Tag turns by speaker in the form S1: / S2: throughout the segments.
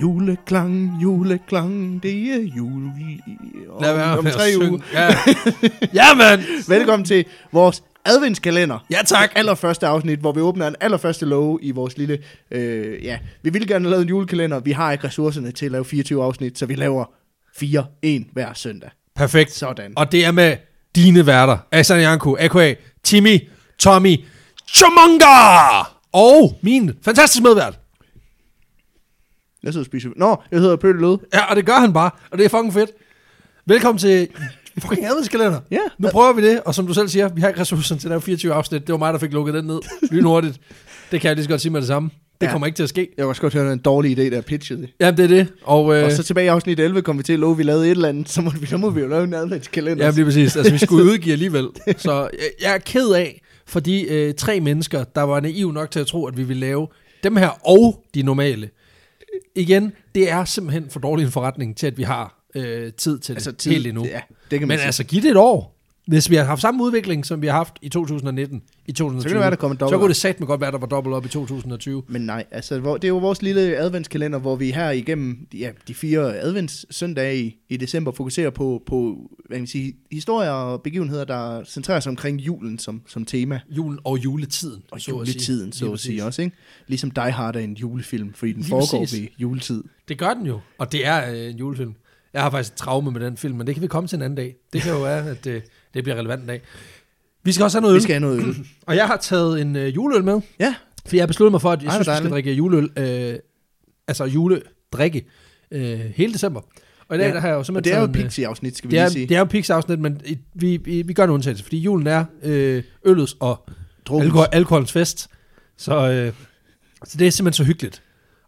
S1: Juleklang, juleklang, det er jul i- om,
S2: Lad være
S1: om
S2: med at
S1: tre uger.
S2: synge. Ja. Jamen!
S1: Velkommen til vores adventskalender.
S2: Ja, tak.
S1: Allerførste afsnit, hvor vi åbner en allerførste låge i vores lille... Øh, ja, vi ville gerne have lavet en julekalender. Vi har ikke ressourcerne til at lave 24 afsnit, så vi laver 4 en hver søndag.
S2: Perfekt.
S1: Sådan.
S2: Og det er med dine værter. Asan Janku, A.K.A. Timmy, Tommy, Chamonga! Og min fantastiske medvært.
S1: Jeg sidder og spiser... Nå, jeg hedder Pøl Lød.
S2: Ja, og det gør han bare. Og det er fucking fedt. Velkommen til fucking adventskalender.
S1: Ja.
S2: Nu prøver vi det, og som du selv siger, vi har ikke ressourcerne til at lave 24 afsnit. Det var mig, der fik lukket den ned lynhurtigt. Det kan jeg lige så godt sige med det samme. Det
S1: Ja.
S2: kommer ikke til at ske.
S1: Jeg var også godt høre, at det er en dårlig idé, der er pitchet det.
S2: Jamen, det er det. Og, øh,
S1: Og så tilbage i afsnit 11 kom vi til at love, at vi lavede et eller andet, så, må vi, så må vi jo lave en adventskalender.
S2: Ja, lige præcis. Altså, vi skulle udgive alligevel. Så jeg, jeg er ked af, for de øh, tre mennesker, der var naiv nok til at tro, at vi ville lave dem her og de normale. Igen, det er simpelthen for dårlig en forretning til, at vi har øh, tid til altså, det tid, helt endnu.
S1: Ja, det kan man
S2: Men
S1: sige.
S2: altså, giv det et år. Hvis vi havde haft samme udvikling, som vi har haft i 2019, i 2020,
S1: Så kan det være, der kommer
S2: så
S1: dobbelt
S2: kunne
S1: op.
S2: det satme godt være, der var dobbelt op i 2020.
S1: Men nej, altså hvor, det er jo vores lille adventskalender, hvor vi her igennem ja, de fire adventssøndage i, i december fokuserer på, på hvad kan man sige, historier og begivenheder, der centrerer sig omkring julen som, som tema.
S2: Julen og juletiden.
S1: Og
S2: at sige.
S1: juletiden, så
S2: Lige
S1: at
S2: præcis.
S1: sige også, ikke? Ligesom Die Hard er en julefilm, fordi den
S2: Lige
S1: foregår
S2: præcis.
S1: ved juletid.
S2: Det gør den jo, og det er øh, en julefilm. Jeg har faktisk et traume med den film, men det kan vi komme til en anden dag. Det kan jo være, at øh, det bliver relevant en dag. Vi skal også have noget
S1: Vi
S2: øl,
S1: skal have noget øl.
S2: og jeg har taget en øh, juleøl med,
S1: Ja,
S2: for jeg har besluttet mig for, at jeg
S1: Ej,
S2: Ej,
S1: hvor
S2: synes, vi skal drikke juleøl, øh, altså juledrikke, øh, hele december. Og i dag
S1: Ja,
S2: der har jeg jo
S1: og
S2: simpelthen
S1: det er jo
S2: taget en, øh,
S1: Pixie-afsnit, skal vi
S2: det er,
S1: lige sige.
S2: det er jo Pix afsnit, men i- vi, vi, vi gør en undtagelse, fordi julen er øh, øllets og
S1: Drukkens.
S2: alkohol, alkoholens fest. Så, øh, så det er simpelthen så hyggeligt.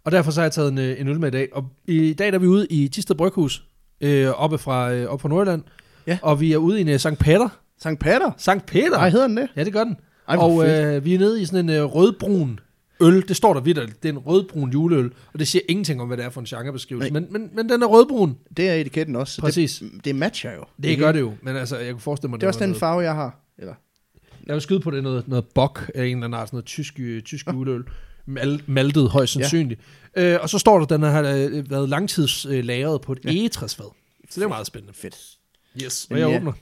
S2: Og derfor så har jeg taget en, øh, en øl med i dag. Og i dag der er vi ude i Tisted Bryghus, øh, oppe fra, øh, oppe på Nordjylland.
S1: Ja.
S2: Og vi er ude i en øh, Sankt Peter.
S1: Sankt Pater?
S2: Sankt Peter?
S1: Nej, hedder den det?
S2: Ja, det gør den.
S1: Ej, hvor
S2: og
S1: fedt.
S2: øh, vi er nede i sådan en øh, rødbrun øl. Det står der vidt, det er en rødbrun juleøl. Og det siger ingenting om, hvad det er for en genrebeskrivelse.
S1: Nej.
S2: Men, men, men den er rødbrun.
S1: Det er etiketten også. så
S2: Præcis.
S1: Det, det matcher jo.
S2: Det gør det jo, men altså, jeg kunne forestille mig,
S1: Mhm. Det er også
S2: var
S1: den
S2: noget-
S1: farve, jeg har. Eller,
S2: Jeg vil skyde på det er noget, noget bok af en eller anden art, sådan noget tysk, øh, tysk juleøl. Mal, maltet højst
S1: Ja.
S2: sandsynligt. Øh, og så står der, at den har øh, været langtidslagret på et ja. egetræsfad. Så det er meget spændende.
S1: fedt.
S2: Yes. Og
S1: Jamen,
S2: jeg
S1: ja.
S2: åbner.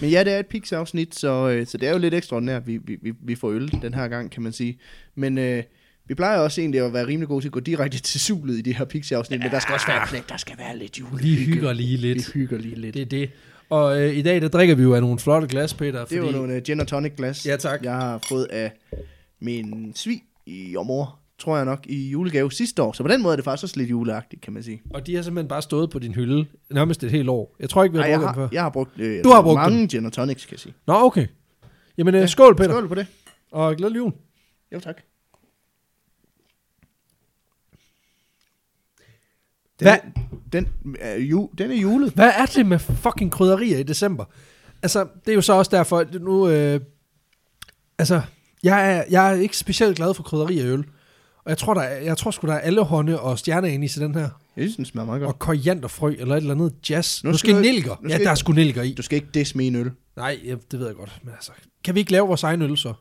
S1: Men ja, det er et Pixar-afsnit, så, øh, så det er jo lidt ekstraordinært, vi, vi, vi, vi får øl den her gang, kan man sige. Men øh, vi plejer også egentlig at være rimelig gode til at gå direkte til sulet i det her Pixar-afsnit, ja. men der skal også være lidt, der skal være lidt jule.
S2: Lige hygger lige lidt.
S1: Vi hygger lige lidt.
S2: Det
S1: Det,
S2: er det. Og øh, i dag, der drikker vi jo af nogle flotte glas, Peter. Fordi,
S1: det var nogle øh, gin og tonic glas,
S2: Ja, tak.
S1: jeg har fået af min svig i mor, tror jeg nok, i julegave sidste år. Så på den måde er det faktisk også lidt juleagtigt, kan man sige.
S2: Og de har simpelthen bare stået på din hylde nærmest et helt år. Jeg tror ikke, vi har
S1: Ej, jeg,
S2: drukket dem før.
S1: har, jeg har brugt, øh,
S2: Du har brugt
S1: mange gin og tonics, kan jeg sige.
S2: Nå, okay. Jamen, øh, skål, Peter. Skål.
S1: Skål på det.
S2: Og glædelig jul.
S1: Jo, tak. Den,
S2: Hvad?
S1: Den, er ju, den er julet.
S2: Hvad er det med fucking krydderier i december? Altså, det er jo så også derfor, at nu... Øh, altså, jeg er, jeg er ikke specielt glad for krydderier i øl. Og jeg tror, der er, jeg tror sgu, der er alle hånde og stjerner ind i til den her.
S1: Jeg synes, den smager meget godt.
S2: Og korianderfrø eller et eller andet jazz.
S1: Nu
S2: Nu skal
S1: skal vi-
S2: nælker.
S1: nu
S2: Ja,
S1: skal
S2: der er
S1: vi-
S2: sgu nælker i.
S1: Du skal ikke disse min øl.
S2: Nej, ja, det ved jeg godt. Men altså, kan vi ikke lave vores egen øl så? Det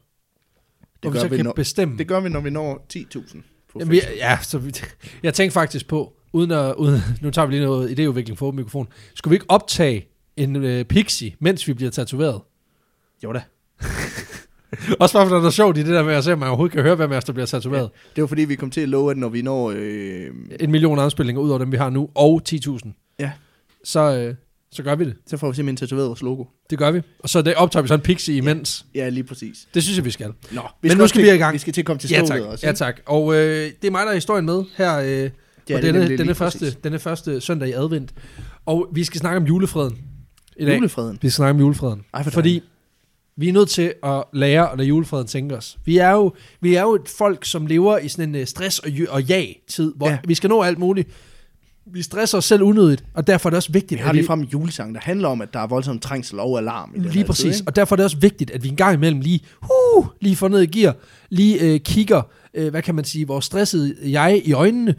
S1: gør
S2: vi så
S1: vi
S2: kan
S1: nok.
S2: bestemme.
S1: Det gør vi, når vi når 10.000. på Facebook.
S2: Jamen, jeg, ja, så vi, jeg tænkte faktisk på, uden at, uden, nu tager vi lige noget idéudvikling for åben mikrofon. Skulle vi ikke optage en øh, pixie, mens vi bliver tatoveret?
S1: Jo da.
S2: Også bare fordi der er sjovt i det der med at se, om man overhovedet kan høre, hvem af os, der bliver tatoveret.
S1: Det var fordi, vi kom til at love, at når vi når... Øh,
S2: Ja. En million afspilninger ud over dem, vi har nu, og 10.000.
S1: ja,
S2: Så, øh, så gør vi det.
S1: så får vi simpelthen tatoveret vores logo.
S2: Det gør vi. Og så det optager vi så en pixie imens.
S1: Ja, lige præcis.
S2: Det synes jeg, vi skal.
S1: Nå,
S2: Men nu
S1: også
S2: skal
S1: til-
S2: vi i gang.
S1: Vi skal til at komme til
S2: ja,
S1: stålet
S2: tak.
S1: også.
S2: ja,
S1: ikke?
S2: tak. Og øh, det er mig, der er historien med her øh,
S1: det
S2: på
S1: er
S2: denne,
S1: nemlig lige
S2: denne,
S1: præcis.
S2: første, denne første søndag i advent. Og vi skal snakke om julefreden i dag.
S1: Julefreden.
S2: Vi skal snakke om julefreden.
S1: Ej, for
S2: fordi vi er nødt til at lære at lade julefreden tænke os. Vi er jo, vi er jo et folk, som lever i sådan en øh, stress- og, jø- og ja-tid, hvor
S1: Ja.
S2: ja. vi skal nå alt muligt. Vi stresser os selv unødigt, og derfor er det også vigtigt,
S1: Vi har
S2: at
S1: lige frem en julesang, der handler om, at der er voldsom trængsel og alarm. I den
S2: Lige
S1: her
S2: præcis,
S1: Tid, ikke?
S2: og derfor er det også vigtigt, at vi en gang imellem lige, uh, lige får ned i gear, lige øh, kigger, øh, hvad kan man sige, vores stressede jeg i øjnene,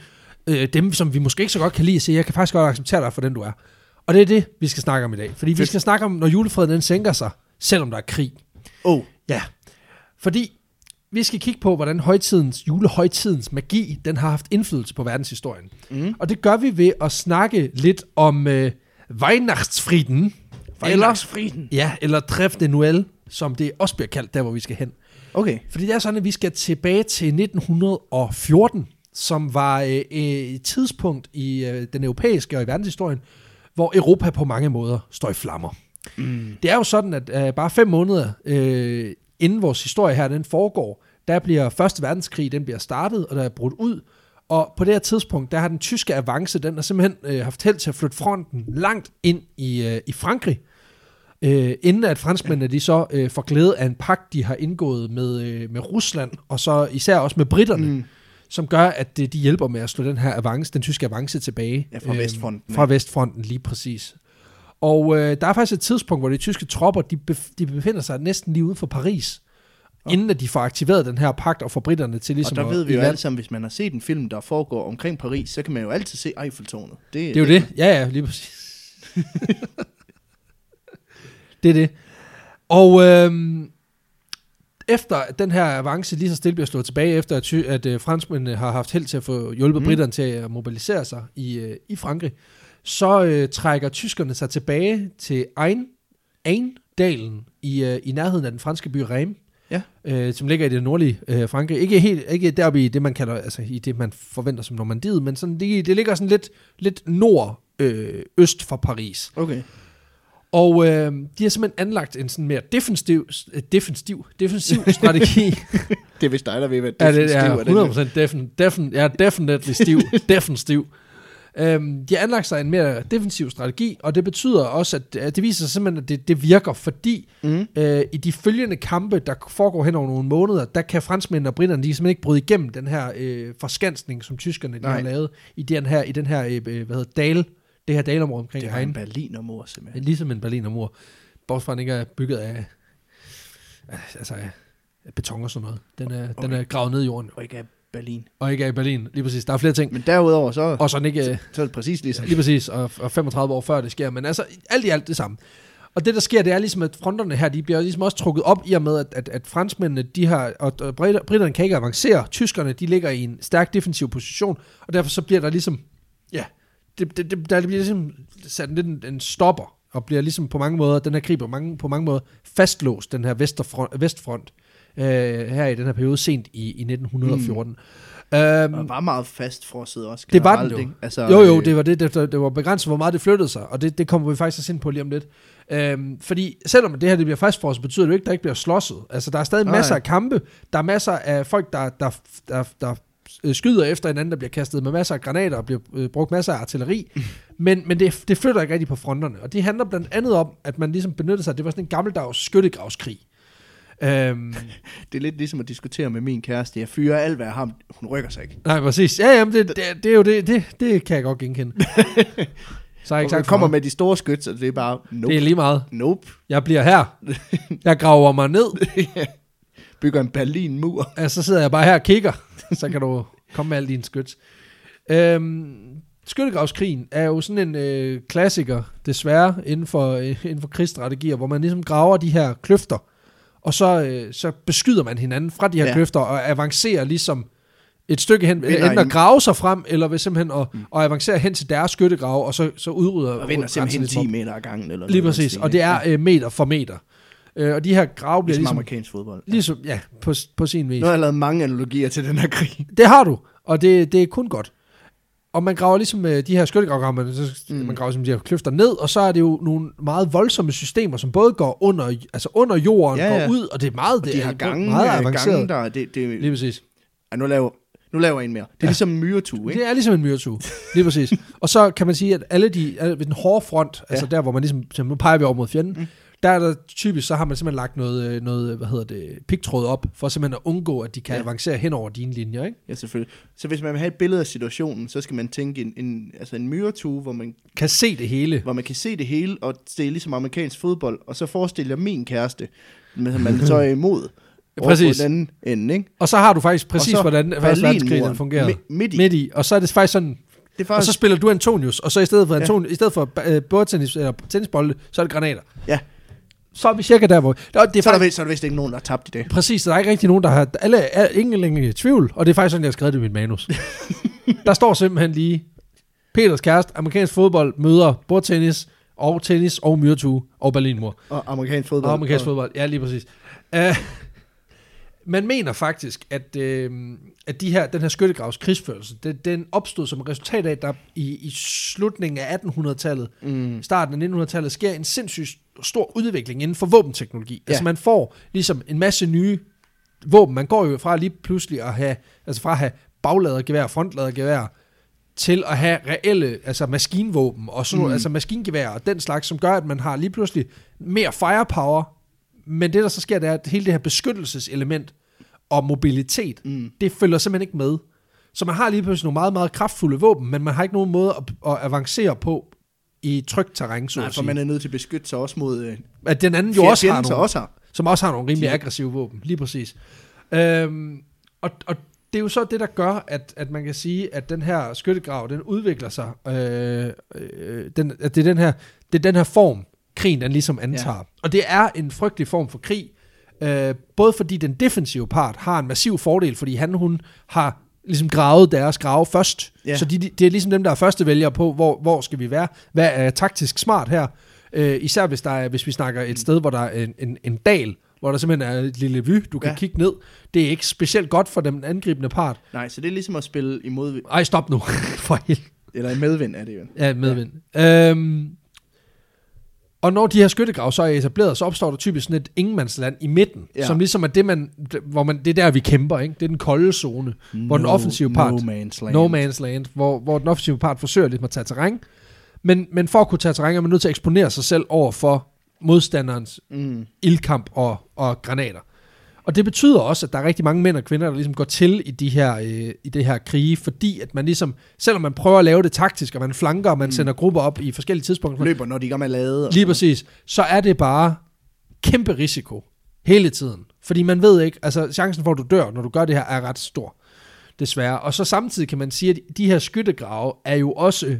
S2: øh, dem som vi måske ikke så godt kan lide, og siger, jeg kan faktisk godt acceptere dig for den du er. Og det er det, vi skal snakke om i dag, fordi vi
S1: Fedt.
S2: skal snakke om, når julefreden den sænker sig, selvom der er krig.
S1: Oh,
S2: Ja, fordi vi Vi skal kigge på, hvordan højtidens, julehøjtidens magi, den har haft indflydelse på verdenshistorien. Mm. Og det gør vi ved at snakke lidt om øh, Weihnachtsfrieden.
S1: Weihnachtsfrieden.
S2: Eller, ja, eller Tref de Noël, som det også bliver kaldt, der hvor vi skal hen.
S1: Okay.
S2: Fordi det er sådan, at vi skal tilbage til 1914, som var øh, øh, et tidspunkt i øh, den europæiske og i verdenshistorien, hvor Europa på mange måder står i flammer. Mm. Det er jo sådan, at øh, bare fem måneder øh, inden vores historie her, den foregår, der bliver Første Verdenskrig, den bliver startet, og der er brudt ud. Og på det her tidspunkt, der har den tyske avance, den har simpelthen øh, haft held til at flytte fronten langt ind i, øh, i Frankrig øh, inden at franskmændene de så øh, får glæde af en pagt, de har indgået med, øh, med Rusland, og så især også med britterne, mm. som gør, at øh, de hjælper med at slå den her avance, den tyske avance tilbage. øh,
S1: Ja, Øhm, fra Vestfronten,
S2: Fra Vestfronten, lige præcis. Og øh, der er faktisk et tidspunkt, hvor de tyske tropper, de, bef- de befinder sig næsten lige ude for Paris, inden at de får aktiveret den her pagt og får britterne til
S1: Og
S2: ligesom
S1: der
S2: at-
S1: ved vi jo
S2: i land.
S1: alle sammen, hvis man har set en film, der foregår omkring Paris, så kan man jo altid se Eiffeltårnet. Det,
S2: Det er jo det. Ja, ja, lige præcis. det er det. Og øhm, efter at den her avance lige så stille bliver slået tilbage, efter at, ty- at øh, franskmændene har haft held til at få hjulpet mm. britterne til at mobilisere sig i, øh, i Frankrig, så øh, trækker tyskerne sig tilbage til Ein, Eindalen i, øh, i nærheden af den franske by Reims
S1: Ja.
S2: øh, som ligger i det nordlige øh, Frankrig. Ikke helt ikke deroppe i det, man kalder, altså i det, man forventer som Normandiet, men sådan, det, det ligger sådan lidt, lidt nord, øh, øst for Paris.
S1: Okay.
S2: Og øh, de har simpelthen anlagt en sådan mere defensiv, øh, defensiv, defensiv strategi.
S1: Det er vist dig, der ved, hvad
S2: ja, det
S1: stiv
S2: er
S1: den her.
S2: 100% defin, defin, ja, definitely stiv, defenstiv. Øhm, de har anlagt sig en mere defensiv strategi, og det betyder også, at, at det viser sig simpelthen, at det, det virker, fordi
S1: Mm.
S2: øh, i de følgende kampe, der foregår hen over nogle måneder, der kan franskmændene og britterne, de kan simpelthen ikke bryde igennem den her øh, forskansning, som tyskerne de
S1: Nej.
S2: har lavet i den her, i den her øh, hvad hedder, dal, det her dalområde omkring
S1: Det er
S2: Rhein.
S1: en berlinermor, simpelthen.
S2: Ligesom en berlinermur. Bortset fra, at den ikke er bygget af, altså, af beton og sådan noget. Den er, okay. den er gravet ned i jorden,
S1: Og ikke af Berlin.
S2: og ikke er i Berlin. Lige præcis. Der er flere ting.
S1: Men derudover, så,
S2: Og sådan ikke... øh,
S1: så er det præcis ligesom.
S2: Lige præcis, og, og 35 år før det sker, men altså alt i alt det samme. Og det, der sker, det er ligesom, at fronterne her, de bliver ligesom også trukket op i og med, at, at, at franskmændene, de har, og, og britter- britterne kan ikke avancere, tyskerne, de ligger i en stærk defensiv position, og derfor så bliver der ligesom, ja, det, det, det, der bliver ligesom sat en lidt en, en stopper, og bliver ligesom på mange måder, den her krig på mange, på mange måder fastlåst, den her vesterfront, vestfront, øh, her i den her periode sent i, i 1914. Mm. Øhm,
S1: Og var meget fastfrosset også.
S2: det var den
S1: generelt,
S2: jo.
S1: ikke? Altså,
S2: jo, jo,
S1: øh,
S2: det var, det, det, det var begrænset, hvor meget det flyttede sig, og det, det kommer vi faktisk også ind på lige om lidt. Øhm, fordi selvom det her det bliver fast for os, betyder det jo ikke, at der ikke bliver slåsset. Altså, der er stadig
S1: Nej.
S2: masser af kampe, der er masser af folk, der, der, der, der øh, skyder efter hinanden, der bliver kastet med masser af granater, og bliver øh, brugt masser af artilleri, men, men det, det flytter ikke rigtig på fronterne. Og det handler blandt andet om, at man ligesom benyttede sig, det var sådan en gammeldags skyttegravskrig. Øhm,
S1: Det er lidt ligesom at diskutere med min kæreste. Jeg fyrer alt, hvad jeg har. Hun rykker sig ikke.
S2: nej, præcis. Ja, jamen, det, det, det er jo det, det, det kan jeg godt genkende. Så er
S1: Og
S2: jeg ikke sagt
S1: hun
S2: for
S1: kommer
S2: meget.
S1: med de store skyt, så det er bare, nope,
S2: Det er lige meget.
S1: nope.
S2: Jeg bliver her. Jeg graver mig ned.
S1: Bygger en Berlinmur.
S2: Altså, så sidder jeg bare her og kigger. Så kan du komme med alle dine skyts. Øhm, skyttegravskrigen er jo sådan en øh, klassiker, desværre, inden for, øh, inden for krigsstrategier, hvor man ligesom graver de her kløfter, og så, øh, så beskyder man hinanden fra de her
S1: Ja.
S2: ja. kløfter og avancerer ligesom et stykke hen,
S1: Vinder
S2: enten
S1: i-
S2: at grave sig frem, eller ved simpelthen at, mm. at avancere hen til deres skyttegrave, og så, så udrydder
S1: Og vinder simpelthen 10 meter ad gangen. Eller
S2: Lige præcis, og det er øh, meter for meter. Øh, og de her grave bliver
S1: ligesom,
S2: ligesom
S1: amerikansk fodbold.
S2: Ligesom, ja, på, på sin vis.
S1: Nu har jeg lavet mange analogier til den her krig.
S2: Det har du, og det, det er kun godt. Og man graver ligesom øh, de her skyttegravkammer, så mm. man graver ligesom de her kløfter ned, og så er det jo nogle meget voldsomme systemer, som både går under, altså under jorden,
S1: Ja,
S2: ja,
S1: ja.
S2: ja. går ud, og det er meget, det
S1: De
S2: er
S1: har gange,
S2: meget
S1: øh, gange
S2: avanceret.
S1: der, det, det,
S2: Lige præcis.
S1: Ja, nu laver, nu laver jeg en mere. Det er ja. ligesom en myretue, ikke?
S2: Det er ligesom en myretue, lige præcis. og så kan man sige, at alle de, alle- ved den hårde front, ja. altså der, hvor man ligesom, så nu peger vi over mod fjenden, mm. der er der typisk, så har man simpelthen lagt noget, øh, noget hvad hedder det, pigtråd op, for simpelthen at undgå, at de kan
S1: Ja.
S2: ja. avancere hen over dine linjer, ikke?
S1: Ja, selvfølgelig. Så hvis man vil have et billede af situationen, så skal man tænke en, en, altså en myretue, hvor man,
S2: Kan se det hele.
S1: hvor man kan se det hele, og det er ligesom amerikansk fodbold, og så forestiller jeg min kæreste, men som man så er imod. over
S2: Præcis.
S1: På den anden ende, ikke?
S2: Og så har du faktisk præcis,
S1: Og så
S2: hvordan Første Verdenskrig
S1: Berlinmuren
S2: den fungerede.
S1: mi- midt i.
S2: midt i. Og så er det faktisk sådan,
S1: Det er faktisk,
S2: og så spiller du Antonius, og så i stedet for, Antonius, ja. i stedet for øh, bordtennis, eller tennisbolde, så er det granater.
S1: ja,
S2: så er vi cirka der, hvor...
S1: Så
S2: Nå, det er
S1: er, der,
S2: faktisk,
S1: vist- så er der vist ikke nogen, der har tabt i dag.
S2: præcis, der er ikke rigtig nogen, der har... Alle er ingen længere i tvivl, og det er faktisk sådan, jeg har skrevet det i mit manus. der står simpelthen lige, Peters kæreste, amerikansk fodbold, møder bordtennis, og tennis, og myretue, og Berlinmur.
S1: Og amerikansk fodbold.
S2: Og amerikansk
S1: og,
S2: fodbold, ja lige præcis. Uh, man mener faktisk, at, øh, at de her, den her skyttegravs krigsførelse, den, den opstod som et resultat af, at der i, i slutningen af 1800-tallet,
S1: Mm,
S2: starten af 1900-tallet, sker en sindssygt stor udvikling inden for våbenteknologi. Ja.
S1: Ja.
S2: Altså man får ligesom en masse nye våben. Man går jo fra lige pludselig at have, altså fra at have bagladergevær, frontladergevær, til at have reelle, altså maskinvåben og sådan mm.
S1: Mm.
S2: altså maskingevær og den slags, som gør, at man har lige pludselig mere firepower. Men det, der så sker, det er, at hele det her beskyttelseselement og mobilitet,
S1: mm.
S2: det følger simpelthen ikke med. Så man har lige pludselig nogle meget, meget kraftfulde våben, men man har ikke nogen måde at, at avancere på i trygt terræn, så
S1: Nej,
S2: at
S1: for
S2: sige.
S1: man er nødt til at beskytte sig også mod øh,
S2: At den anden jo også har
S1: fjenden, så
S2: nogle,
S1: også har.
S2: som også har nogle rimelig
S1: De-
S2: aggressive våben, lige præcis. Øhm, og, og det er jo så det, der gør, at, at man kan sige, at den her skyttegrav, den udvikler sig. Øh, øh, den, at det er, den her, det er den her form, krigen den ligesom antager. Ja. Og det er en frygtelig form for krig, øh, både fordi den defensive part har en massiv fordel, fordi han hun har ligesom gravet deres grave først. Ja.
S1: Ja.
S2: Så de, de- det er ligesom dem, der er første vælger på, hvor, hvor skal vi være? Hvad er taktisk smart her? Øh, især hvis, der er, hvis vi snakker et sted, hvor der er en, en, en dal, hvor der simpelthen er et lille vy, du kan ja.
S1: Ja.
S2: kigge ned. Det er ikke specielt godt for den angribende part.
S1: Nej, så det er ligesom at spille i modvind,
S2: Ej, stop nu. for hel...
S1: eller i medvind er det jo.
S2: Ja, medvind. Ja. Øhm, og når de her skyttegrav så er etableret, så opstår der typisk sådan et ingenmandsland i midten, ja.
S1: Ja.
S2: som ligesom er det, man, d- hvor man, det er der, vi kæmper. Ikke? Det er den kolde zone, hvor den offensive part...
S1: No man's land.
S2: No man's land, hvor, hvor den offensive part forsøger lidt at tage terræn. Men, men for at kunne tage terræn, er man nødt til at eksponere sig selv over for modstanderens
S1: Mm.
S2: ildkamp og, og granater. Og det betyder også, at der er rigtig mange mænd og kvinder, der ligesom går til i de her, øh, i det her krige, fordi at man ligesom, selvom man prøver at lave det taktisk, og man flanker, og man mm. sender grupper op i forskellige tidspunkter,
S1: Løber, når de ikke er lade.
S2: Lige præcis. Så er det bare kæmpe risiko hele tiden. Fordi man ved ikke, altså chancen for, at du dør, når du gør det her, er ret stor. Desværre. Og så samtidig kan man sige, at de her skyttegrave er jo også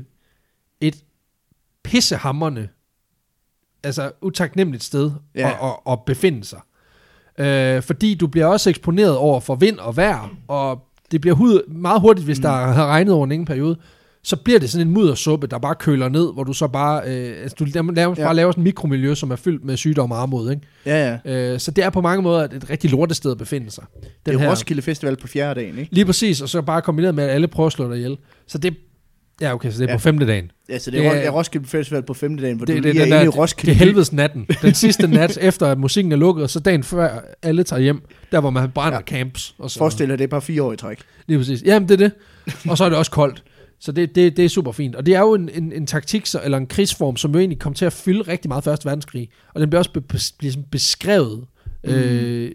S2: et pissehammerne, altså utaknemmeligt sted ja.
S1: Ja.
S2: at, at, at befinde sig. Øh, fordi du bliver også eksponeret over for vind og vejr, og det bliver hud, meget hurtigt, hvis mm. der har regnet over en ingen periode, så bliver det sådan en muddersuppe, der bare køler ned, hvor du så bare, øh, altså, du nærmest ja.
S1: Ja.
S2: bare laver sådan en mikromiljø, som er fyldt med sygdom og armod. Ikke?
S1: Ja, ja.
S2: Øh, så det er på mange måder et, et rigtig lortested at befinde sig. Den
S1: Det er
S2: her,
S1: her. Roskilde Festival på fjerde dagen, ikke?
S2: Lige præcis, og så bare kombineret med, at alle prøver at slå dig ihjel. Så det, ja okay, så det er ja.
S1: Ja.
S2: på femte dagen.
S1: Ja, så det er,
S2: Det er-
S1: Ros- det er Roskilde Festival på femte dagen, hvor
S2: det,
S1: du
S2: det,
S1: lige
S2: den
S1: er inde i
S2: der-
S1: Roskilde.
S2: Det er helvedes natten. Den sidste nat, efter at musikken er lukket, og så dagen før alle tager hjem, der hvor man brænder ja.
S1: Ja.
S2: camps. Og så.
S1: Forestil dig, det er bare fire år i træk.
S2: Lige præcis. Jamen, det er det. Og så er det også koldt. Så det, det, det er super fint. Og det er jo en, en, en taktik, så, eller en krigsform, som jo egentlig kom til at fylde rigtig meget Første Verdenskrig. Og den bliver også be, be, ligesom beskrevet, mm. øh,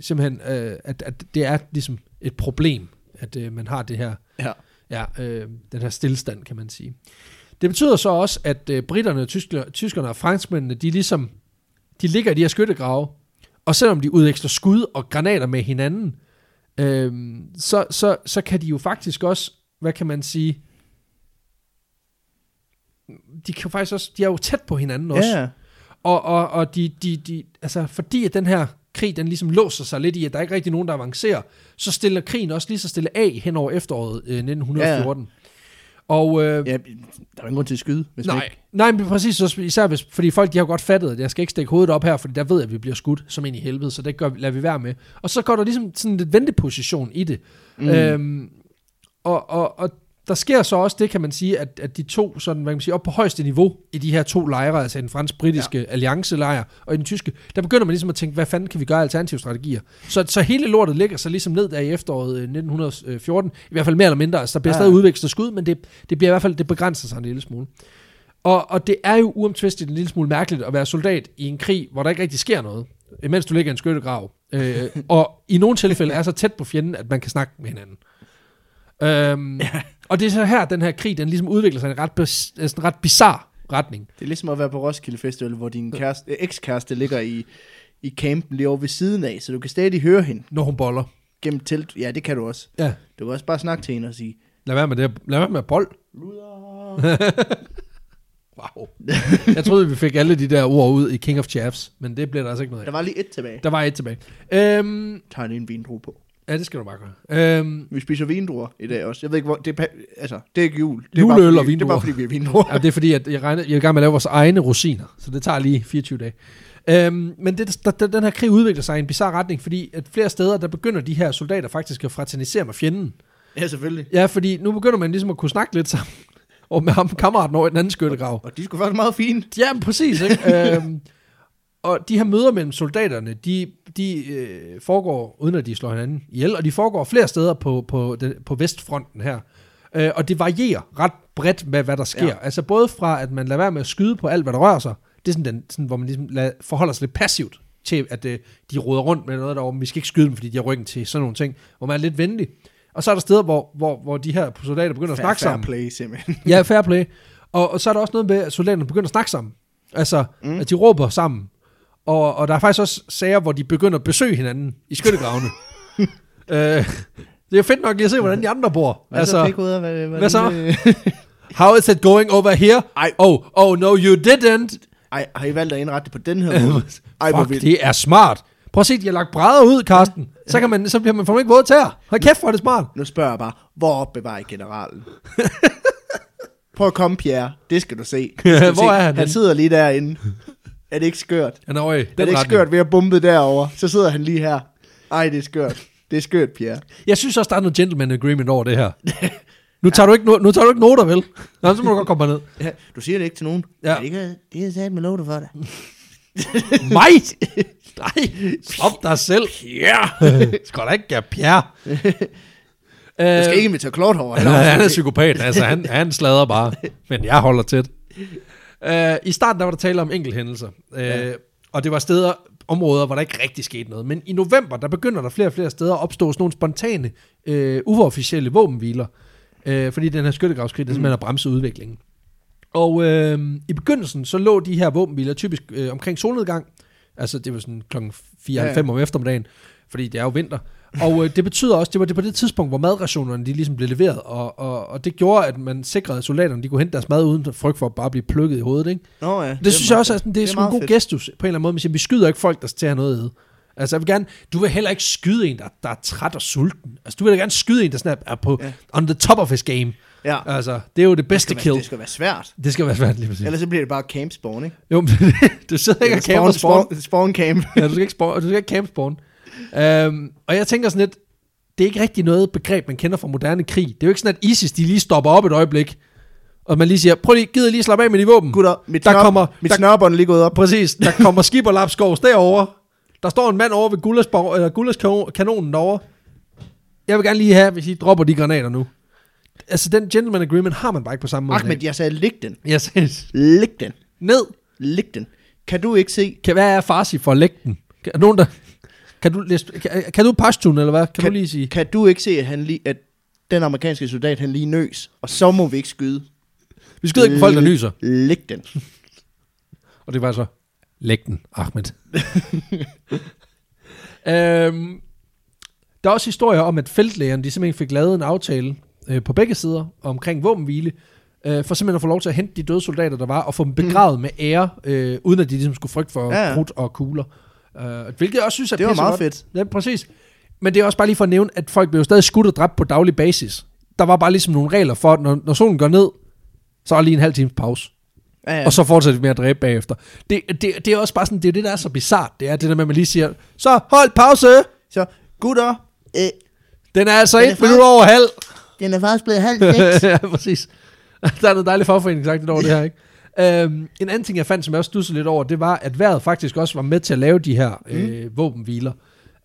S2: simpelthen, øh, at, at det er ligesom et problem, at øh, man har det her
S1: Ja.
S2: ja, øh, den her stillstand, kan man sige. Det betyder så også, at øh, britterne, tyskler, tyskerne og franskmændene, de ligesom, de ligger i de her skyttegrave, og selvom de udveksler skud og granater med hinanden, øh, så, så, så kan de jo faktisk også, hvad kan man sige, de kan jo faktisk også, de er jo tæt på hinanden også.
S1: Ja, ja.
S2: Og, og, og de, de, de, altså, fordi at den her krig, den ligesom låser sig lidt i, at der er ikke rigtig nogen, der avancerer, så stiller krigen også lige så stille af hen over efteråret øh, 1914. Og, øh,
S1: ja, der er jo ingen grund til at skyde, hvis man
S2: nej,
S1: ikke...
S2: nej, men præcis, så især hvis, fordi folk de har godt fattet, at jeg skal ikke stikke hovedet op her, fordi der ved jeg, at vi bliver skudt som ind i helvede, så det gør, lader vi være med. Og så går der ligesom sådan lidt venteposition i det. Mm. Øhm, og, og, og der sker så også det, kan man sige, at, at de to, sådan, hvad kan man sige, op på højeste niveau i de her to lejre, altså i den fransk-britiske ja. alliancelejr og i den tyske, der begynder man ligesom at tænke, hvad fanden kan vi gøre af alternative strategier? Så, så hele lortet ligger sig ligesom ned der i efteråret øh, 1914, i hvert fald mere eller mindre, altså der bliver ja.
S1: Ja.
S2: stadig udvekslet skud, men det, det bliver i hvert fald, det begrænser sig en lille smule. Og, og det er jo uomtvistet en lille smule mærkeligt at være soldat i en krig, hvor der ikke rigtig sker noget, imens du ligger i en skyttegrav. Øh, og i nogle tilfælde er så tæt på fjenden, at man kan snakke med hinanden. Øhm, ja. Og det er så her, den her krig, den ligesom udvikler sig i en ret, bes, altså en ret bizarre retning.
S1: Det er ligesom at være på Roskilde Festival, hvor din kæreste, øh, ekskæreste ligger i, i campen lige over ved siden af, så du kan stadig høre hende
S2: Når hun boller.
S1: gennem telt. Ja, det kan du også.
S2: Ja,
S1: Du kan også bare snakke til hende og sige,
S2: lad være med det. Lad være med at bold.
S1: Luder.
S2: Wow. Jeg troede, vi fik alle de der ord ud i King of Chaps, men det blev der altså ikke noget
S1: Der
S2: af.
S1: var lige et tilbage.
S2: Der var et tilbage. Øhm,
S1: Tag en vindrue på.
S2: ja, det skal du bare gøre. Øhm,
S1: Vi spiser vindruer i dag også. Jeg ved ikke, hvor... Det er, pa- altså, det er ikke jul. Det er
S2: Juleøl
S1: bare, fordi-
S2: og vindruer.
S1: Det er bare, fordi vi er vindruer.
S2: ja, det er fordi, at jeg, regner, jeg er i gang med at lave vores egne rosiner, så det tager lige 24 dage. Øhm, men det, der, der, den her krig udvikler sig i en bizarre retning, fordi at flere steder, der begynder de her soldater faktisk at fraternisere med fjenden.
S1: Ja, selvfølgelig.
S2: Ja, fordi nu begynder man ligesom at kunne snakke lidt sammen og med ham kammeraten over i den anden skyttegrav.
S1: Og de skulle faktisk meget fine.
S2: Ja, men præcis. Ikke? øhm, og de her møder mellem soldaterne, de, de øh, foregår, uden at de slår hinanden ihjel, og de foregår flere steder på, på, den, på vestfronten her. Øh, og det varierer ret bredt med, hvad der sker. Ja.
S1: Ja.
S2: Altså både fra, at man lader være med at skyde på alt, hvad der rører sig, det er sådan, den, sådan hvor man ligesom lader, forholder sig lidt passivt til, at øh, de råder rundt med noget derovre, men vi skal ikke skyde dem, fordi de har ryggen til, sådan nogle ting, hvor man er lidt venlig. Og så er der steder, hvor, hvor, hvor de her soldater begynder at snakke sammen.
S1: play, simpelthen.
S2: Ja, fair play. Og, og så er der også noget med, at soldaterne begynder at snakke sammen. Altså, mm. at de råber sammen. Og, og der er faktisk også sager, hvor de begynder at besøge hinanden i skyttegravene. øh, det er fedt nok lige at se, hvordan de andre bor.
S1: Hvad så,
S2: Altså,
S1: pik ud af, hvad,
S2: hvad så?
S1: øh,
S2: how is it going over here?
S1: Ej.
S2: Oh, oh no, you didn't.
S1: Ej, har I valgt at indrette det på den her måde? Ej, hvor
S2: Fuck,
S1: vildt.
S2: det er smart. Prøv at se, de har lagt brædder ud, Karsten. Så, kan man, så bliver man for ikke våde tæer. Hold kæft, hvor er det smart.
S1: Nu spørger jeg bare, hvor opbevarer I generalen? Prøv at komme, Pierre. Det skal du se. Det Skal du
S2: Hvor
S1: se.
S2: er han
S1: Han
S2: henne?
S1: sidder lige derinde. Er det ikke skørt?
S2: Han er over i øh, den
S1: er det ikke
S2: retning.
S1: skørt ved at bombe derover? Så sidder han lige her. Ej, det er skørt. Det er skørt, Pierre.
S2: Jeg synes også, der er noget gentleman agreement over det her. Nu tager du ikke, no- nu tager du ikke noter, vel? Nå, så må du godt komme ned.
S1: Ja, du siger det ikke til nogen.
S2: Ja. Øh.
S1: Ja. Det kan, det kan jeg med lov for dig.
S2: Mig? Nej, stop dig selv. Pierre. Skal da ikke gøre Pierre.
S1: Du
S2: Øh,
S1: skal ikke invitere klort over.
S2: han, er, han er psykopat, altså han, han slader bare. Men jeg holder tæt. Øh, I starten der var der tale om enkelthændelser. Øh, ja. Og det var steder, områder, hvor der ikke rigtig skete noget. Men i november, der begynder der flere og flere steder at opstå sådan nogle spontane, øh, uofficielle våbenhviler. Øh, fordi den her skyttegravskrig, der simpelthen har bremset udviklingen. Og øh, i begyndelsen, så lå de her våbenbiler typisk øh, omkring solnedgang. Altså, det var sådan klokken 4 ja,
S1: Ja,
S2: ja.
S1: ja.
S2: om eftermiddagen, fordi det er jo vinter. Og øh, det betyder også, det var det på det tidspunkt, hvor madrationerne de ligesom blev leveret, og, og, og det gjorde, at man sikrede, at soldaterne de kunne hente deres mad uden frygt for at bare blive plukket i hovedet. Ikke?
S1: Nå, ja.
S2: Det, det synes jeg også, at sådan, det er,
S1: Det
S2: det
S1: er
S2: er sådan en
S1: meget
S2: god
S1: fedt.
S2: gestus på en eller anden måde. Man siger, vi skyder ikke folk, der skal have noget at æde. Altså, jeg vil gerne, du vil heller ikke skyde en, der, der er træt og sulten. Altså, du vil da gerne skyde en, der snap er på ja.
S1: Ja.
S2: on the top of his game.
S1: Ja.
S2: Altså, det er jo det bedste
S1: Det skal,
S2: kill.
S1: være, det skal være svært.
S2: Det skal være svært lige præcis.
S1: Ellers så bliver det bare camp spawn, ikke?
S2: Jo, men du sidder ikke og camper
S1: spawn,
S2: spawn. Mm.
S1: spawn, spawn camp.
S2: Ja, du skal ikke, spawn, du skal ikke camp spawn. Øhm, og jeg tænker sådan lidt, det er ikke rigtig noget begreb, man kender fra moderne krig. Det er jo ikke sådan, at ISIS, de lige stopper op et øjeblik, og man lige siger, prøv lige, gider I lige slappe af med de våben.
S1: Gutter, mit,
S2: Der
S1: snør,
S2: kommer-
S1: mit
S2: der-
S1: snørbånd er lige gået op.
S2: Præcis, der kommer skib og lapskovs derovre. Der står en mand over ved Gullaskov- eller Gullaskanonen derovre. Jeg vil gerne lige have, hvis I dropper de granater nu. Altså, den gentleman agreement har man bare ikke på samme måde.
S1: Ahmed, jeg sagde, lig den.
S2: jeg synes.
S1: Lig den.
S2: Ned.
S1: Lig den. Kan du ikke se?
S2: Kan, hvad er farsi for at lægge den? Kan, er nogen der, kan, du, læse- kan, kan du Pashtun, eller hvad? Kan, kan du lige sige?
S1: Kan du ikke se, at, han lige, at den amerikanske soldat, han lige nøs, og så må vi ikke skyde?
S2: Vi skyder ikke på folk, der
S1: Lig-
S2: nyser.
S1: Lig den.
S2: Og det var så, læg den, Ahmed. øhm, der er også historier om, at feltlægerne de simpelthen fik lavet en aftale øh, på begge sider omkring våbenhvile, øh, for simpelthen at få lov til at hente de døde soldater, der var, og få dem begravet mm. med ære, øh, uden at de ligesom skulle frygte for
S1: Ja,
S2: ja.
S1: ja.
S2: krudt og kugler. Øh, hvilket jeg også synes er
S1: Det var meget
S2: pissegodt.
S1: fedt.
S2: Ja, præcis. Men det er også bare lige for at nævne, at folk blev jo stadig skudt og dræbt på daglig basis. Der var bare ligesom nogle regler for, at når, når solen går ned, så er der lige en halv times pause.
S1: Ja, ja.
S2: Og så fortsætter vi med at dræbe bagefter. Det, det, det er også bare sådan, det er det, der er så bizart. Det er det der med, at man lige siger, så hold pause.
S1: Så, gutter, øh,
S2: Den er altså
S3: Den er
S2: et
S3: fra-
S2: minut over halv.
S3: Den er faktisk blevet halv seks.
S2: ja, præcis. Der er noget dejligt fagforening sagt over det her, ikke? Øhm, en anden ting, jeg fandt, som jeg også stussede lidt over, det var, at vejret faktisk også var med til at lave de her
S1: Mm.
S2: øh, våbenhviler.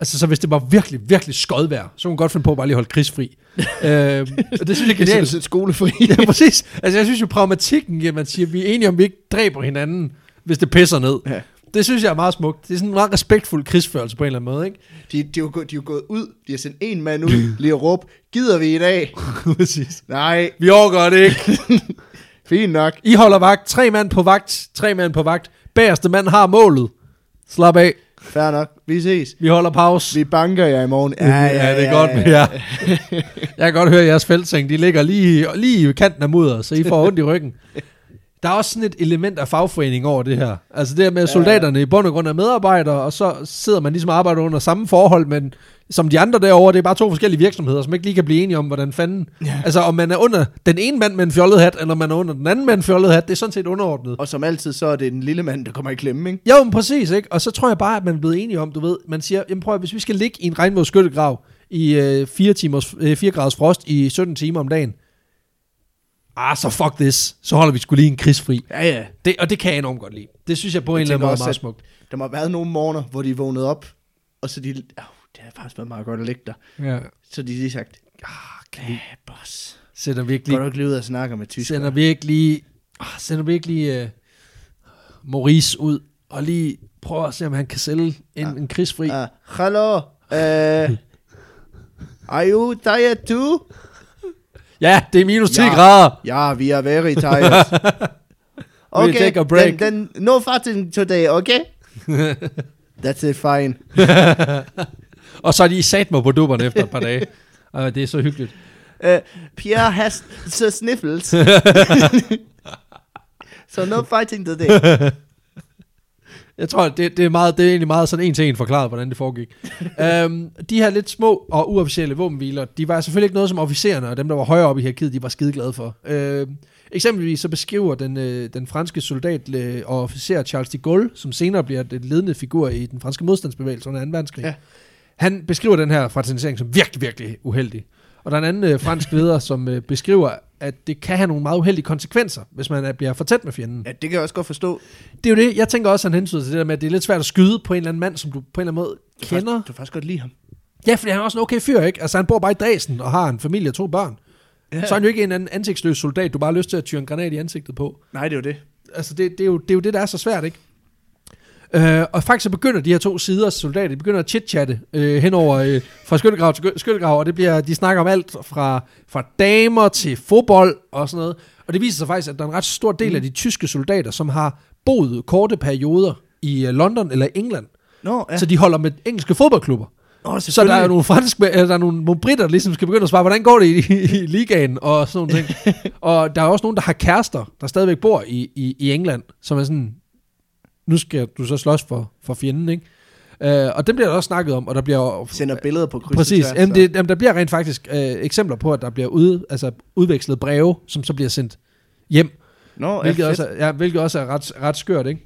S2: Altså, så hvis det var virkelig, virkelig skodvejr, så kunne man godt finde på at bare lige holde krigsfri. øhm, og det synes jeg er
S1: det er
S2: genialt.
S1: sådan skolefri.
S2: ja, præcis. Altså, jeg synes jo, pragmatikken, at man siger, vi er enige om, vi ikke dræber hinanden, hvis det pisser ned.
S1: Ja.
S2: Det synes jeg er meget smukt. Det er sådan en meget respektfuld krigsførelse på en eller anden måde, ikke?
S1: De, de, er jo, gå- de er jo gået ud. De har sendt en mand ud lige at råbe, gider vi i dag?
S2: Præcis.
S1: Nej,
S2: Vi overgår det ikke.
S1: fint nok.
S2: I holder vagt. Tre mand på vagt. Tre mand på vagt. Bagerste mand har målet. Slap af.
S1: Fair nok. Vi ses.
S2: Vi holder pause.
S1: Vi banker jer i morgen. Ja, ja, ja,
S2: ja det er godt med jer. Jeg kan godt høre, at jeres feltseng, de ligger lige, lige i kanten af mudder, så I får ondt i ryggen. Der er også sådan et element af fagforening over det her. Altså det her med, at soldaterne i bund og grund er medarbejdere, og så sidder man ligesom og arbejder under samme forhold, men som de andre derovre, det er bare to forskellige virksomheder, som ikke lige kan blive enige om, hvordan fanden...
S1: Ja.
S2: Altså om man er under den ene mand med en fjollet hat, eller om man er under den anden mand med en fjollet hat, det er sådan set underordnet.
S1: Og som altid, så er det den lille mand, der kommer i klemme, ikke?
S2: Jo, men præcis, ikke? Og så tror jeg bare, at man er blevet enige om, du ved, man siger, jamen prøv at, hvis vi skal ligge i en regnvårdsskyttegrav i øh, 4, timers, øh, 4 graders frost i 17 timer om dagen, ah, så fuck this, så holder vi skulle lige en krigsfri.
S1: Ja, ja.
S2: Det, og det kan jeg enormt godt lide. Det synes jeg på en
S1: Jeg
S2: eller anden
S1: tænker
S2: måde er
S1: også,
S2: meget
S1: at
S2: smukt.
S1: der må have været nogle morgener, hvor de vågnede op, og så de... Oh, det har faktisk været meget godt at ligge der.
S2: Ja.
S1: Så de lige sagt,
S2: Okay.
S1: ja, boss.
S2: Sender
S1: Går du
S2: virkelig,
S1: ikke lige ud og snakker med tysker?
S2: sender virkelig, ah, sender virkelig uh, Maurice ud, og lige prøver at se, om han kan sælge en, en krigsfri.
S1: Ah, hallo, uh, are you tired too?
S2: Ja, det er minus 10
S1: Ja.
S2: grader.
S1: Ja, vi er very tired.
S2: We'll take a break.
S1: Then, then no farting today, okay? That's it, fine.
S2: Og så er de sat mig på dupperne efter et par dage. Og det er så hyggeligt.
S1: Uh, Pierre has the sniffles. so no fighting today.
S2: Jeg tror, det, det, er meget, det er egentlig meget sådan en til en forklaret, hvordan det foregik. øhm, de her lidt små og uofficielle våbenhviler, de var selvfølgelig ikke noget, som officererne og dem, der var højere oppe i hierarkiet, de var skideglade for. Øhm, eksempelvis så beskriver den, øh, den franske soldat øh, og officer Charles de Gaulle, som senere bliver den ledende figur i den franske modstandsbevægelse under 2. verdenskrig,
S1: Ja.
S2: ja. han beskriver den her fraternisering som virkelig, virkelig uheldig. Og der er en anden øh, fransk leder, som øh, beskriver, at det kan have nogle meget uheldige konsekvenser, hvis man er, bliver for tæt med fjenden.
S1: Ja, det kan jeg også godt forstå.
S2: Det er jo det, jeg tænker også, han hensyder til det der med, at det er lidt svært at skyde på en eller anden mand, som du på en eller anden måde kender.
S1: Du kan faktisk godt lide ham.
S2: Ja, fordi han er også en okay fyr, ikke? Altså, han bor bare i Dresden og har en familie og to børn. Ja. Så er han jo ikke en anden ansigtsløs soldat, du bare har lyst til at tyre en granat i ansigtet på.
S1: Nej, det er jo det.
S2: Altså, det, det, er, jo, det er jo det, der er så svært, ikke? Øh, og faktisk så begynder de her to sider soldater, de begynder at chitchatte øh, henover øh, fra skyttegrav til sky- skyttegrav, og det bliver, de snakker om alt fra, fra damer til fodbold og sådan noget. Og det viser sig faktisk, at der er en ret stor del af de tyske soldater, som har boet korte perioder i øh, London eller England.
S1: Nå, ja.
S2: Ja. Så de holder med engelske fodboldklubber.
S1: Nå,
S2: Så der er jo
S1: selvfølgelig.
S2: nogle franske, eller der er nogle, nogle britter, der ligesom skal begynde at svare, hvordan går det i, i, i ligaen og sådan nogle ting. og der er også nogen, der har kærester, der stadigvæk bor i, i, i England, som er sådan, nu skal du så slås for, for fjenden, ikke? Øh, og dem bliver der også snakket om, og der bliver jo-
S1: Sender billeder på kryds og
S2: Præcis.
S1: tværs,
S2: Jamen,
S1: så-
S2: det, jamen, der bliver rent faktisk øh, eksempler på, at der bliver ude, altså, udvekslet breve, som så bliver sendt hjem
S1: Nå, ja,
S2: hvilket,
S1: fedt.
S2: også er, ja, hvilket også er ret, ret skørt, ikke?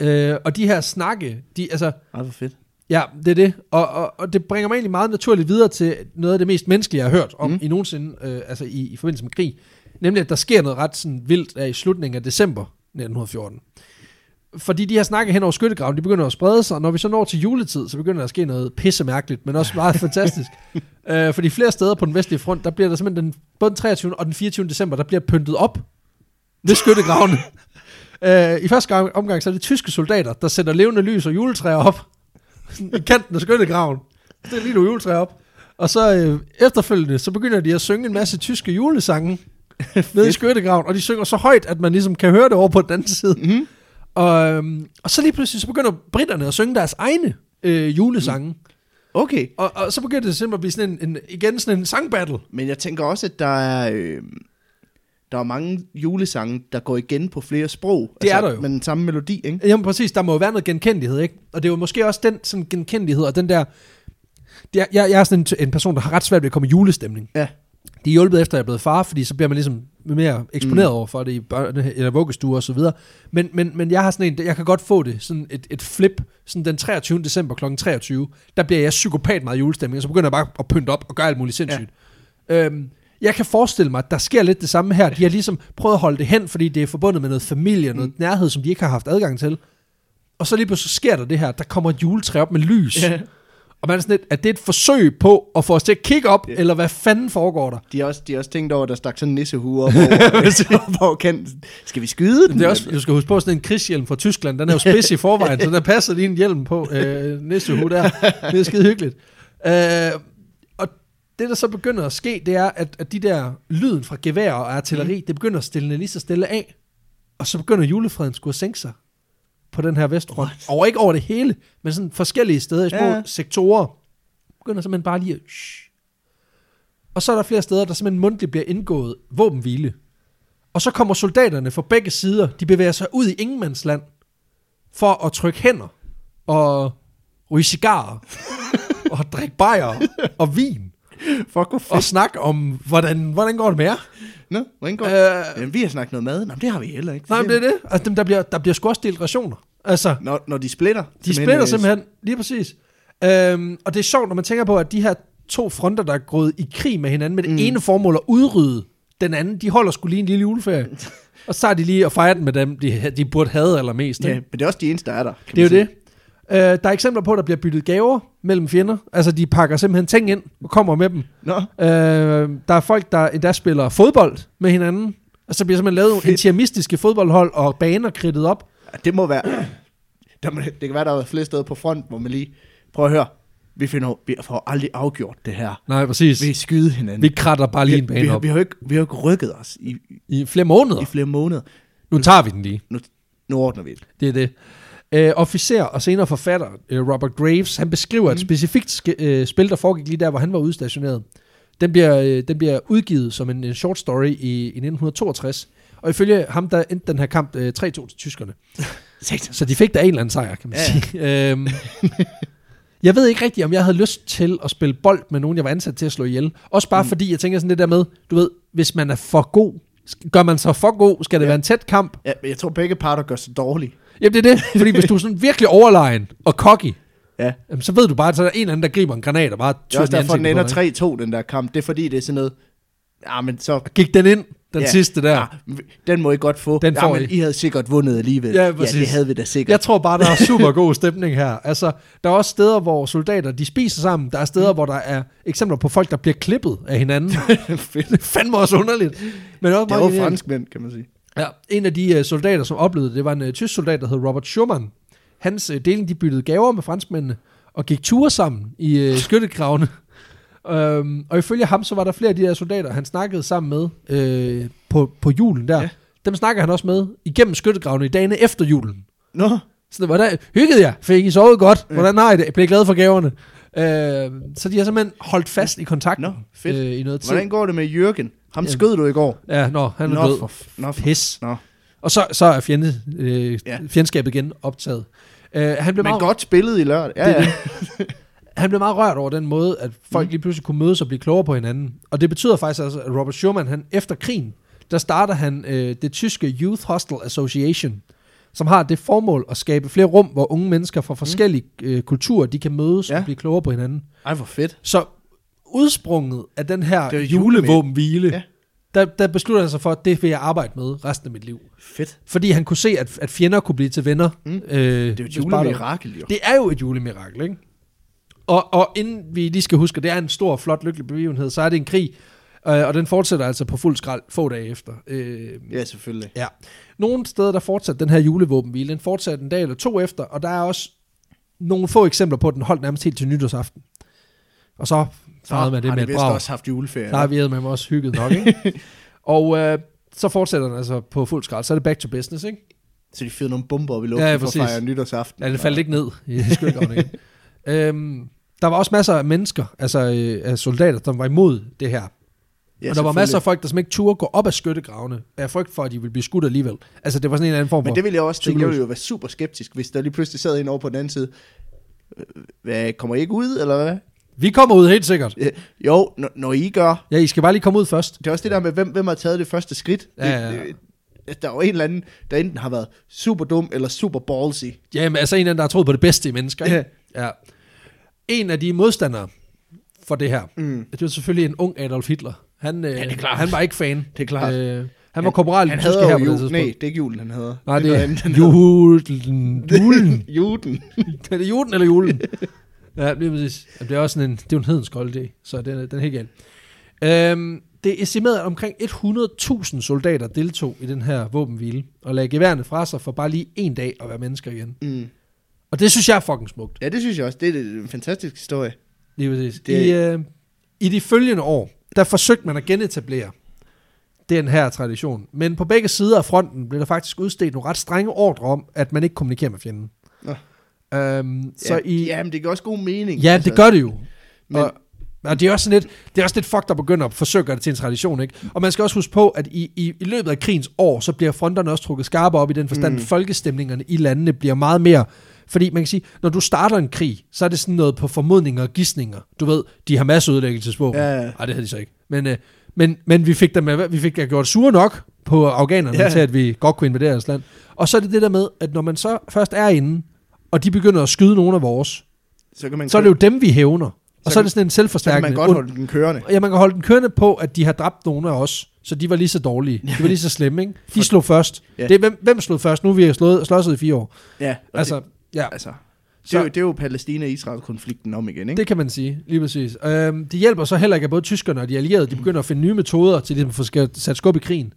S2: Øh, og de her snakke, de, altså,
S1: Ej, hvor fedt.
S2: ja, det er det. Og, og, og det bringer mig egentlig meget naturligt videre til noget af det mest menneskelige, jeg har hørt om
S1: Mm.
S2: mm. i nogensinde, øh, altså i, i forbindelse med krig. Nemlig, at der sker noget ret sådan, vildt af i slutningen af december 1914. Fordi de her snakke hen over skyttegraven, de begynder at sprede sig, og når vi så når til juletid, så begynder der at ske noget pissemærkeligt, men også meget fantastisk. Øh, fordi flere steder på den vestlige front, der bliver der simpelthen den, både den 23. og den 24. december, der bliver pyntet op ved skyttegravene. øh, I første gang- omgang, så er det tyske soldater, der sætter levende lys og juletræer op i kanten af skyttegraven. Det er lige du juletræ op. Og så øh, efterfølgende, så begynder de at synge en masse tyske julesange nede i skyttegraven, og de synger så højt, at man ligesom kan høre det over på den anden side.
S1: Mhm.
S2: Og, øhm, og så lige pludselig, så begynder britterne at synge deres egne øh, julesange.
S1: Okay.
S2: Og, og så begynder det simpelthen at blive sådan en, en igen sådan en sangbattle.
S1: Men jeg tænker også, at der er... Øh, der er mange julesange, der går igen på flere sprog. Altså,
S2: Det er der jo.
S1: Men den samme melodi, ikke?
S2: Jamen præcis, der må jo være noget genkendelighed, ikke? Og det er jo måske også den sådan genkendelighed, og den der... Det er, jeg, jeg er sådan en, en person, der har ret svært ved at komme i julestemning.
S1: Ja.
S2: Det er hjulpet efter, at jeg er blevet far, fordi så bliver man ligesom mere eksponeret mm. over for det i børne- eller vuggestuer og så videre. Men, men, men jeg har sådan en, jeg kan godt få det, sådan et, et flip, sådan den 23. december kl. 23, der bliver jeg psykopat meget i julestemning, og så begynder jeg bare at pynte op og gøre alt muligt sindssygt. Ja. Øhm, jeg kan forestille mig, at der sker lidt det samme her. De har ligesom prøvet at holde det hen, fordi det er forbundet med noget familie og
S1: Mm.
S2: noget nærhed, som de ikke har haft adgang til. Og så lige pludselig sker der det her, der kommer et juletræ op med lys.
S1: Ja.
S2: Og man er sådan lidt, er det et forsøg på at få os til at kigge op,
S1: Ja.
S2: eller hvad fanden foregår der?
S1: De har også, de har også tænkt over, at der stak sådan en nissehue op over, hvor kendt. Skal vi skyde den?
S2: Men det er også, du skal huske på, sådan en krigshjelm fra Tyskland, den er jo spids i forvejen, så der passer lige en hjelm på øh, næste uge der. Det er skide hyggeligt. Øh, og det, der så begynder at ske, det er, at, at de der lyden fra gevær og artilleri, mm. det begynder at stille lige så stille af. Og så begynder julefreden skulle at sænke sig på den her vestfront. Og ikke over det hele, men sådan forskellige steder i små
S1: Ja.
S2: ja. sektorer. Begynder simpelthen bare lige at... Shh. Og så er der flere steder, der simpelthen mundtligt bliver indgået våbenhvile. Og så kommer soldaterne fra begge sider, de bevæger sig ud i ingenmandsland, for at trykke hænder, og ryge cigarer, og drikke bajer, og vin,
S1: Fuck, hvor fedt.
S2: og snakke om, hvordan, hvordan går det med jer?
S1: Nå, hvordan går det?
S2: Øh,
S1: Jamen, vi har snakket noget mad. Nå, men det har vi heller ikke.
S2: nej, men det er det. Altså, dem, der, bliver, der bliver sgu også delt rationer. Altså,
S1: Når, når de splitter.
S2: De
S1: Men,
S2: splitter
S1: øh,
S2: simpelthen, lige præcis. Øhm, og det er sjovt, når man tænker på, at de her to fronter, der er gået i krig med hinanden, med det mm. ene formål at udrydde den anden, de holder skulle lige en lille juleferie. og så tager de lige og fejrer den med dem, de, de burde have eller mest.
S1: Ja,
S2: ikke?
S1: men det er også de eneste, der er der. kan
S2: det er
S1: man
S2: jo
S1: sige.
S2: det. Øh, der er eksempler på, at der bliver byttet gaver mellem fjender. Altså, de pakker simpelthen ting ind og kommer med dem.
S1: Nå,
S2: Øh, der er folk, der endda spiller fodbold med hinanden. Og så bliver simpelthen lavet en tiamistiske fodboldhold og baner kridtet op.
S1: det må være... Der, må- det kan være, der er flere steder på front, hvor man lige... Prøv at høre. Vi, finder, vi får aldrig afgjort det her.
S2: Nej, præcis.
S1: Vi
S2: Vi,
S1: skyder hinanden.
S2: vi kratter bare lige en
S1: vi, vi,
S2: bane
S1: har,
S2: op.
S1: vi, har jo ikke, vi har jo ikke rykket os i,
S2: I flere måneder.
S1: i flere måneder.
S2: Nu tager vi den lige.
S1: Nu, nu ordner vi det.
S2: Det er det. Øh, officer og senere forfatter øh, Robert Graves, han beskriver mm. et specifikt sk- øh, spil, der foregik lige der, hvor han var udstationeret. Den bliver, øh, den bliver udgivet som en, en short story i, i 1962. Og ifølge ham, der endte den her kamp øh, 3-2 til tyskerne.
S1: Satan.
S2: Så de fik da en eller anden sejr, kan man
S1: Ja, ja.
S2: sige. Øhm, jeg ved ikke rigtigt, om jeg havde lyst til at spille bold med nogen, jeg var ansat til at slå ihjel. Også bare mm. fordi, jeg tænker sådan det der med, du ved, hvis man er for god, sk- gør man sig for god, skal det ja.
S1: Ja.
S2: være en tæt kamp,
S1: Ja, men jeg tror, begge parter gør sig dårlige.
S2: Jamen det er det, fordi hvis du er sådan virkelig overlegen og cocky,
S1: Ja.
S2: jamen, så ved du bare, at så er der en eller anden, der griber en granat og bare
S1: Det er
S2: tyrer
S1: også
S2: den i
S1: derfor, den
S2: ansigtet
S1: ender
S2: på dig.
S1: 3-2, den der kamp. Det er fordi, det er sådan noget... Ja, men så...
S2: Gik den ind, den
S1: Ja.
S2: sidste der? Ja.
S1: Den må I godt få.
S2: Den får
S1: ja, men
S2: I.
S1: I. havde sikkert vundet alligevel.
S2: Ja,
S1: ja
S2: præcis.
S1: det havde vi da sikkert.
S2: Jeg tror bare, der er super god stemning her. Altså, der er også steder, hvor soldater, de spiser sammen. Der er steder, hvor der er eksempler på folk, der bliver klippet af hinanden. det er fandme også underligt. Men også
S1: Det
S2: meget
S1: var
S2: genialt.
S1: franskmænd, kan man sige.
S2: Ja, en af de uh, soldater, som oplevede det, var en uh, tysk soldat, der hed Robert Schumann. Hans uh, deling, de byttede gaver med franskmændene, og gik ture sammen i uh, skyttegravene. um, og ifølge ham, så var der flere af de her soldater, han snakkede sammen med uh, på, på julen der. Ja.
S1: Ja.
S2: Dem snakker han også med igennem skyttegravene i dagene efter julen.
S1: Nå,
S2: Så hvordan, hyggede jeg? Fik I sovet godt? Hvordan har I det? Blev I glade for gaverne? Uh, så de har simpelthen holdt fast i kontakten
S1: Nå, fedt.
S2: øh, i noget tid.
S1: hvordan går det med Jørgen? Ham
S2: Jamen.
S1: skød du i går.
S2: Ja, nå, han er
S1: Nå,
S2: død.
S1: for f- nå, for-
S2: Pis.
S1: nå.
S2: Og så, så er fjende, øh, ja.
S1: Ja.
S2: fjendskabet igen optaget. Øh, han, blev
S1: Men
S2: meget,
S1: godt spillet i lørdag. Ja,
S2: Det er
S1: ja.
S2: han blev meget rørt over den måde, at folk mm.
S1: Mhm.
S2: lige pludselig kunne mødes og blive klogere på hinanden. Og det betyder faktisk, altså, at Robert Schumann, han, efter krigen, der starter han øh, det tyske Youth Hostel Association, som har det formål at skabe flere rum, hvor unge mennesker fra forskellige øh, kulturer, de kan mødes ja.
S1: Mm. Ja.
S2: og blive klogere på hinanden.
S1: Ej, hvor fedt.
S2: Så udsprunget af den her
S1: Det er
S2: julevåbenhvile, ja.
S1: Ja.
S2: der, der beslutter han sig for, at det vil jeg arbejde med resten af mit liv.
S1: Fedt.
S2: Fordi han kunne se, at, at fjender kunne blive til venner. Mm. Øh,
S1: Det er jo et
S2: hvis bare der-
S1: julemirakel, jo.
S2: Det er jo et julemirakel, ikke? Og, og inden vi lige skal huske, at det er en stor, flot, lykkelig begivenhed, så er det en krig, øh, og den fortsætter altså på fuld skrald få dage efter. Øh,
S1: Ja, selvfølgelig.
S2: ja. Nogle steder, der fortsatte den her julevåbenhvile, den fortsatte en dag eller to efter, og der er også nogle få eksempler på, at den holdt nærmest helt til nytårsaften. Og så farede man det
S1: Ah, har
S2: med
S1: de
S2: et
S1: vist
S2: brag.
S1: også haft juleferie.
S2: Der har vi med også hygget nok, ikke? og øh, så fortsætter den altså på fuld skrald. Så er det back to business, ikke?
S1: Så de fyrede nogle bomber op i luften
S2: Ja,
S1: ja,
S2: ja,
S1: for at
S2: præcis.
S1: fejre nytårsaften.
S2: Ja, det faldt ikke ned i skyttegravene igen. øhm, der var også masser af mennesker, altså øh, af soldater, som var imod det her. Ja, og der var masser af folk, der simpelthen ikke turde gå op af skyttegravene, af frygt for, at de ville blive skudt alligevel. Altså, det var sådan en eller anden form for...
S1: Men det ville jeg også tænke, jeg
S2: Psykologisk.
S1: ville jo være super skeptisk, hvis der lige pludselig sad en over på den anden side. Øh, Hvad, kommer I ikke ud, eller hvad?
S2: Vi kommer ud helt sikkert.
S1: Øh, Jo, når, når I gør.
S2: Ja, I skal bare lige komme ud først.
S1: Det er også det der med, hvem, hvem har taget det første skridt.
S2: Ja, ja, ja.
S1: Det, det, der er jo en eller anden, der enten har været super dum, eller super ballsy.
S2: Jamen, altså en eller anden, der har troet på det bedste i mennesker. Ikke? Ja. En af de modstandere for det her, mm. det var selvfølgelig en ung Adolf Hitler. Han, øh, ja,
S1: det er klart.
S2: han var ikke fan.
S1: Det er klart.
S2: Øh, han var korporal i
S1: Han
S2: den
S1: havde
S2: tyske her
S1: jo
S2: på det
S1: jul. Nej,
S2: tidspunkt.
S1: det er ikke julen, han havde.
S2: Nej,
S1: er noget
S2: det
S1: andet.
S2: er julen. Julen.
S1: Juden.
S2: Er det jorden eller julen? ja, det er præcis. Jamen, det er også sådan en, det er jo en hedens kold dag, så den er, den er helt galt. Øhm, det er estimeret, at omkring 100.000 soldater deltog i den her våbenhvile, og lagde geværene fra sig for bare lige en dag at være mennesker igen.
S1: Mm.
S2: Og det synes jeg er fucking smukt.
S1: Ja, det synes jeg også. Det er en fantastisk historie.
S2: Lige præcis. Det...
S1: Det-
S2: I, øh, I de følgende år, der forsøgte man at genetablere den her tradition, men på begge sider af fronten blev der faktisk udstedt nogle ret strenge ordre om, at man ikke kommunikerer med fjenden.
S1: Nå.
S2: Øhm, så
S1: ja,
S2: i...
S1: Jamen, det giver også god mening. altså.
S2: Ja, det gør det jo.
S1: Men,
S2: og- Og det er også sådan lidt, det er også lidt fucked at begynde at forsøge at gøre det til en tradition, ikke? Og man skal også huske på, at i, i, i løbet af krigens år, så bliver fronterne også trukket skarpe op i den forstand, mm. folkestemningerne i landene bliver meget mere... Fordi man kan sige, når du starter en krig, så er det sådan noget på formodninger og gissninger. Du ved, de har masse ødelæggelsesvåben.
S1: Ja, ja.
S2: Ej, det havde de så ikke. Men, øh, men, men vi fik dem, vi fik dem gjort sure nok på afghanerne,
S1: Ja.
S2: ja. til at vi godt kunne invadere deres land. Og så er det det der med, at når man så først er inde, og de begynder at skyde nogle af vores,
S1: Så kan man,
S2: så er det jo dem, vi hævner. Og så,
S1: Så
S2: er det sådan en
S1: så kan
S2: selvforstærkende...
S1: man godt holde den kørende.
S2: Ja, man kan holde den kørende på, at de har dræbt nogle af os, så de var lige så dårlige. De var lige så slemme, ikke? De slog først.
S1: Ja.
S2: Ja. Det er, hvem, hvem slog først? Nu har vi slået, slåsset i fire år.
S1: Ja, og
S2: Altså, ja,
S1: det, altså, det,
S2: Så-
S1: er jo, det er jo Palæstina-Israel-konflikten om igen, ikke?
S2: det kan man sige, lige præcis. Øhm, det hjælper så heller ikke, at både tyskerne og de allierede,
S1: Mm.
S2: de begynder at finde nye metoder til ligesom, at få skat- sat skub i krigen.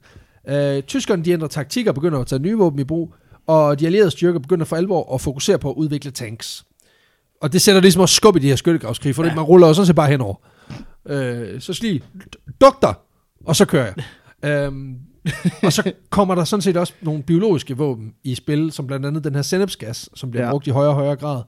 S2: Øh, tyskerne, de ændrer taktikker, begynder at tage nye våben i brug, og de allierede styrker begynder for alvor at fokusere på at udvikle tanks. Og det sætter ligesom også skub i de her skyttegravskrige, for ja. man ruller jo sådan set bare henover. Øh, så lige, dukter, og så kører jeg. øhm, og så kommer der sådan set også nogle biologiske våben i spil, som blandt andet den her sennepsgas, som bliver
S1: Ja.
S2: ja. brugt i højere og højere grad.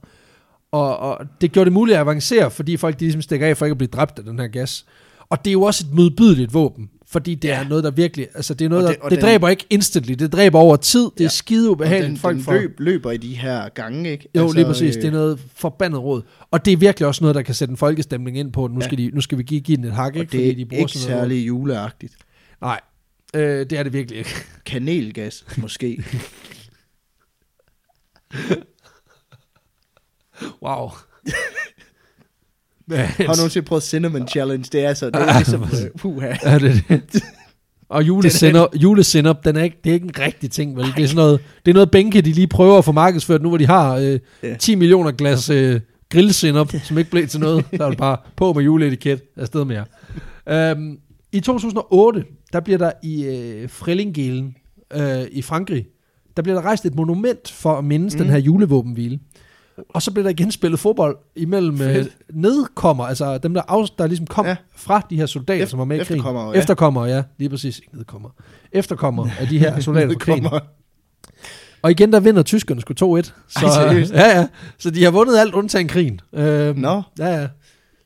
S2: Og, og det gjorde det muligt at avancere, fordi folk de ligesom stikker af for ikke at blive dræbt af den her gas. Og det er jo også et modbydeligt våben, fordi det er noget, der virkelig... Altså det er noget,
S1: Og
S2: og
S1: det-
S2: det, der,
S1: og
S2: det
S1: den-
S2: dræber ikke instantly, det dræber over tid, det
S1: Ja.
S2: er skide
S1: Og
S2: ubehageligt.
S1: den,
S2: folk
S1: den
S2: får-
S1: løb, løber i de her gange, ikke?
S2: jo, altså, lige præcis. Øh... Det er noget forbandet råd. Og det er virkelig også noget, der kan sætte en folkestemning ind på, at nu, ja. skal, de, nu skal vi give, give den et hak,
S1: og
S2: ikke?
S1: det
S2: fordi
S1: er
S2: de bruger
S1: ikke
S2: sådan noget.
S1: særlig juleagtigt.
S2: råd. Nej, øh, det er det virkelig ikke.
S1: Kanelgas, måske.
S2: Wow. Men,
S1: Har du nogensinde prøvet Cinnamon Challenge? Det er så, det er ligesom, øh, puha.
S2: er det det? Og julesinop, julesinop den er ikke, det er ikke en rigtig ting, vel? Det er, sådan noget, det er noget bænke, de lige prøver at få markedsført nu, hvor de har øh,
S1: Ja.
S2: 10 millioner glas øh, grillsinop, som ikke blev til noget. Der er det bare på med juleetiket. Afsted med jer. Øhm, I 2008, der bliver der i øh, Frelingelen øh, i Frankrig, der bliver der rejst et monument for at mindes mm. den her julevåbenhvile. Og så bliver der igen spillet fodbold imellem øh,
S1: Fedt.
S2: nedkommer, altså dem, der, af, der ligesom kom
S1: Ja.
S2: ja. fra de her soldater,
S1: Eft-
S2: som var med i krigen.
S1: efterkommere, ja.
S2: Efterkommere, ja. Lige præcis. Ikke nedkommere. Efterkommere af de her soldater fra krigen.
S1: Kommer.
S2: Og igen, der vinder tyskerne sgu 2-1. Så,
S1: Ej, seriøst?
S2: ja, ja. så de har vundet alt undtagen krigen. Øhm,
S1: Nå.
S2: Ja, ja.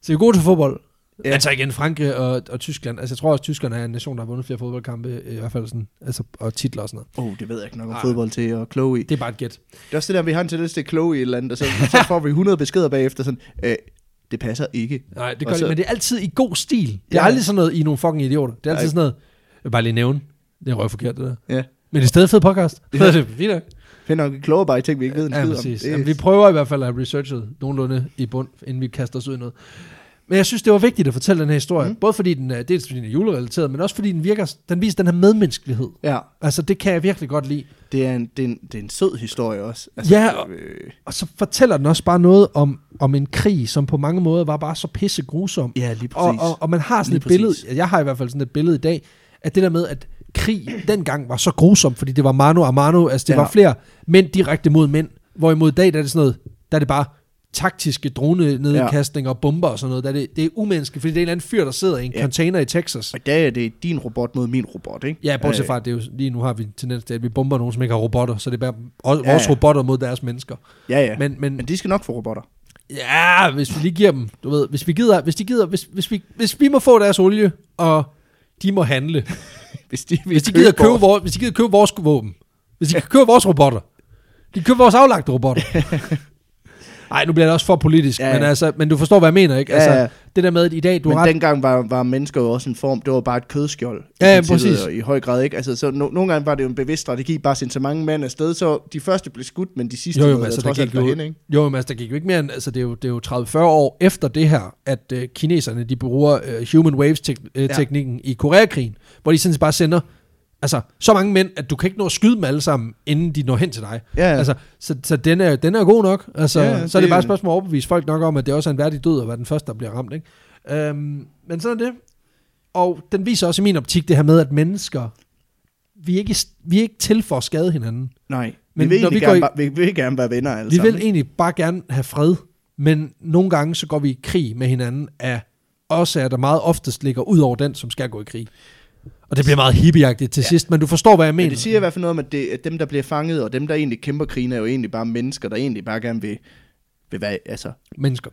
S2: Så de er gode til fodbold.
S1: Ja.
S2: Ja. Altså igen, Frankrig og, og Tyskland. Altså jeg tror også, at Tyskerne er en nation, der har vundet flere fodboldkampe, øh, i hvert fald sådan, altså, og titler og sådan noget.
S1: Oh, det ved jeg ikke nok om
S2: Ej.
S1: fodbold til og kloge i.
S2: Det er bare et gæt.
S1: Det er også det der, vi har en tendens til at kloge i et eller andet, og så, så får vi 100 beskeder bagefter sådan, øh, det passer ikke.
S2: Nej, det
S1: Og
S2: gør
S1: så-
S2: det, men det er altid i god stil. Det er
S1: Ja.
S2: ja. aldrig sådan noget, I er nogle fucking idioter. Det er altid
S1: Nej.
S2: sådan noget, jeg vil bare lige nævne, det er røvforkert det der.
S1: Ja.
S2: Men i stedet fed podcast.
S1: Ja.
S2: Ja. Det er fint nok.
S1: Find nok, vi kloger bare i ting, vi ikke ved en
S2: Ja,
S1: skid
S2: præcis.
S1: om.
S2: Jamen, vi prøver i hvert fald at have researchet nogenlunde i bund, inden vi kaster os ud i noget. Men jeg synes, det var vigtigt at fortælle den her historie.
S1: Mm.
S2: Mm. Både fordi den er, dels fordi den er julerelateret, men også fordi den, virker, den viser den her medmenneskelighed.
S1: ja,
S2: Altså, det kan jeg virkelig godt lide.
S1: det er, en, det, er en, det er en sød historie også.
S2: Ja, og-
S1: øh,
S2: Og så fortæller den også bare noget om, om en krig, som på mange måder var bare så pisse grusom.
S1: ja lige præcis.
S2: Og, og, og man har sådan
S1: Lige
S2: et billede,
S1: præcis.
S2: jeg har i hvert fald sådan et billede i dag, at det der med, at krig dengang var så grusom, fordi det var mano a mano, altså det
S1: Ja.
S2: ja. var flere mænd direkte mod mænd, hvorimod i dag, der er det sådan noget, der er det bare taktiske dronenedkastninger og bomber og sådan noget, der er det, det er umenneskeligt, fordi det er en eller anden fyr, der sidder i en
S1: Ja.
S2: ja. container i Texas.
S1: Og i dag er det din robot mod min robot, ikke? Øh,
S2: Ja, bortset fra, at det er jo, lige nu har vi en tendens til, at vi bomber nogen, som ikke har robotter, så det er bare o- vores
S1: ja.
S2: robotter mod deres mennesker.
S1: Ja, ja. Men,
S2: Men, men,
S1: men de skal nok få robotter.
S2: Ja, hvis vi lige giver dem, du ved, hvis vi gider, hvis de gider, hvis, hvis, vi, hvis vi må få deres olie, og de må handle,
S1: Hvis de,
S2: hvis de gider købe vores, hvis de gider købe vores våben, hvis de kan købe vores robotter, de kan købe vores aflagte robotter. Nej, nu bliver det også for politisk,
S1: Ja, ja.
S2: ja, men, altså, men du forstår, hvad jeg mener, ikke?
S1: Ja,
S2: Altså,
S1: ja.
S2: det der med, at i dag, du
S1: Men
S2: har ret,
S1: dengang var, var mennesker jo også en form, det var bare et kødskjold. i
S2: Ja, ja,
S1: princippet,
S2: præcis.
S1: og I høj grad, ikke? Altså, så no, nogle gange var det jo en bevidst strategi, bare at sende så mange mænd afsted, så de første blev skudt, men de sidste
S2: jo, jo,
S1: nåede
S2: men
S1: der
S2: altså, der
S1: trods alt
S2: gik jo,
S1: derhen, ikke?
S2: jo, men altså, der gik jo ikke mere end, altså, det er jo, det er jo 30-40 år efter det her, at øh, kineserne, de bruger øh, human waves tek- øh,
S1: Ja.
S2: teknikken i Koreakrigen, hvor de sådan set bare sender, altså, så mange mænd, at du kan ikke nå at skyde dem alle sammen, inden de når hen til dig.
S1: Ja, ja.
S2: Altså, så, så den er, den er god nok. Altså,
S1: Ja, ja,
S2: så er
S1: det-
S2: det bare et spørgsmål at overbevise folk nok om, at det også er en værdig død at være den første, der bliver ramt, ikke? Øhm, men sådan er det. Og den viser også i min optik det her med, at mennesker, vi er ikke, vi er ikke til for at skade hinanden.
S1: Nej, men
S2: Men
S1: vi vil,
S2: når
S1: egentlig
S2: vi
S1: gerne,
S2: går i-
S1: bare, vi vil gerne være venner alle
S2: Vi
S1: sammen.
S2: vil egentlig bare gerne have fred, men nogle gange så går vi i krig med hinanden af årsager, der meget oftest ligger ud over den, som skal gå i krig. Og det bliver meget hippieagtigt til ja. sidst, men du forstår, hvad jeg mener.
S1: Men det siger i hvert fald noget om, at, det, at dem, der bliver fanget, og dem, der egentlig kæmper krigen, er jo egentlig bare mennesker, der egentlig bare gerne vil, vil være, altså,
S2: Mennesker.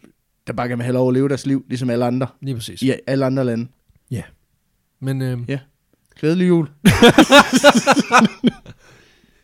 S1: der bare gerne vil have lov at leve deres liv, ligesom alle andre
S2: Lige præcis.
S1: i alle andre lande.
S2: Ja. Men, øh,
S1: Ja. Glædelig jul.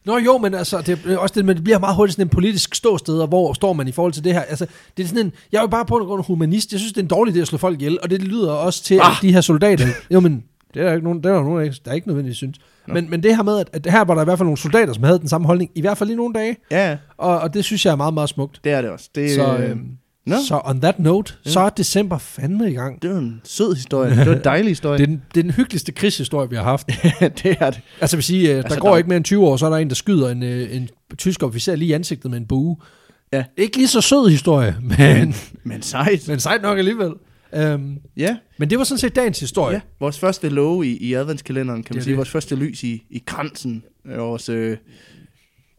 S2: Nå jo, men altså, det, er også det, men det bliver meget hurtigt sådan en politisk ståsted, og hvor står man i forhold til det her? Altså, det er sådan en, jeg er jo bare på grund af humanist, jeg synes, det er en dårlig idé at slå folk ihjel, og det lyder også til,
S1: Ah!
S2: at de her soldater, jo men, det er der ikke nogen, der er der nogen, der ikke, der ikke nødvendigvis synes. Men, men det her med, at, at her var der i hvert fald nogle soldater, som havde den samme holdning, i hvert fald i nogle dage,
S1: Ja, ja,
S2: og, og det synes jeg er meget, meget smukt.
S1: det er det også. Det,
S2: Så, øh,
S1: nå,
S2: så on that note, så er december fandme i gang.
S1: det var en sød historie. Det var en dejlig historie.
S2: Det er, den, det er den hyggeligste krigshistorie, vi har haft.
S1: det er det.
S2: Altså, jeg vil sige, øh, der
S1: Altså,
S2: går
S1: der-
S2: ikke mere end 20 år, så er der en, der skyder en, øh, en tysk officer lige i ansigtet med en bue.
S1: Ja.
S2: Ikke lige så sød historie, men,
S1: Men sejt.
S2: men sejt nok alligevel. Øhm,
S1: Ja,
S2: men det var sådan set dagens historie.
S1: ja. Vores første låge i, i adventskalenderen, kan
S2: Det
S1: man
S2: er
S1: sige.
S2: det.
S1: Vores første lys i, i kransen. af Vores, øh,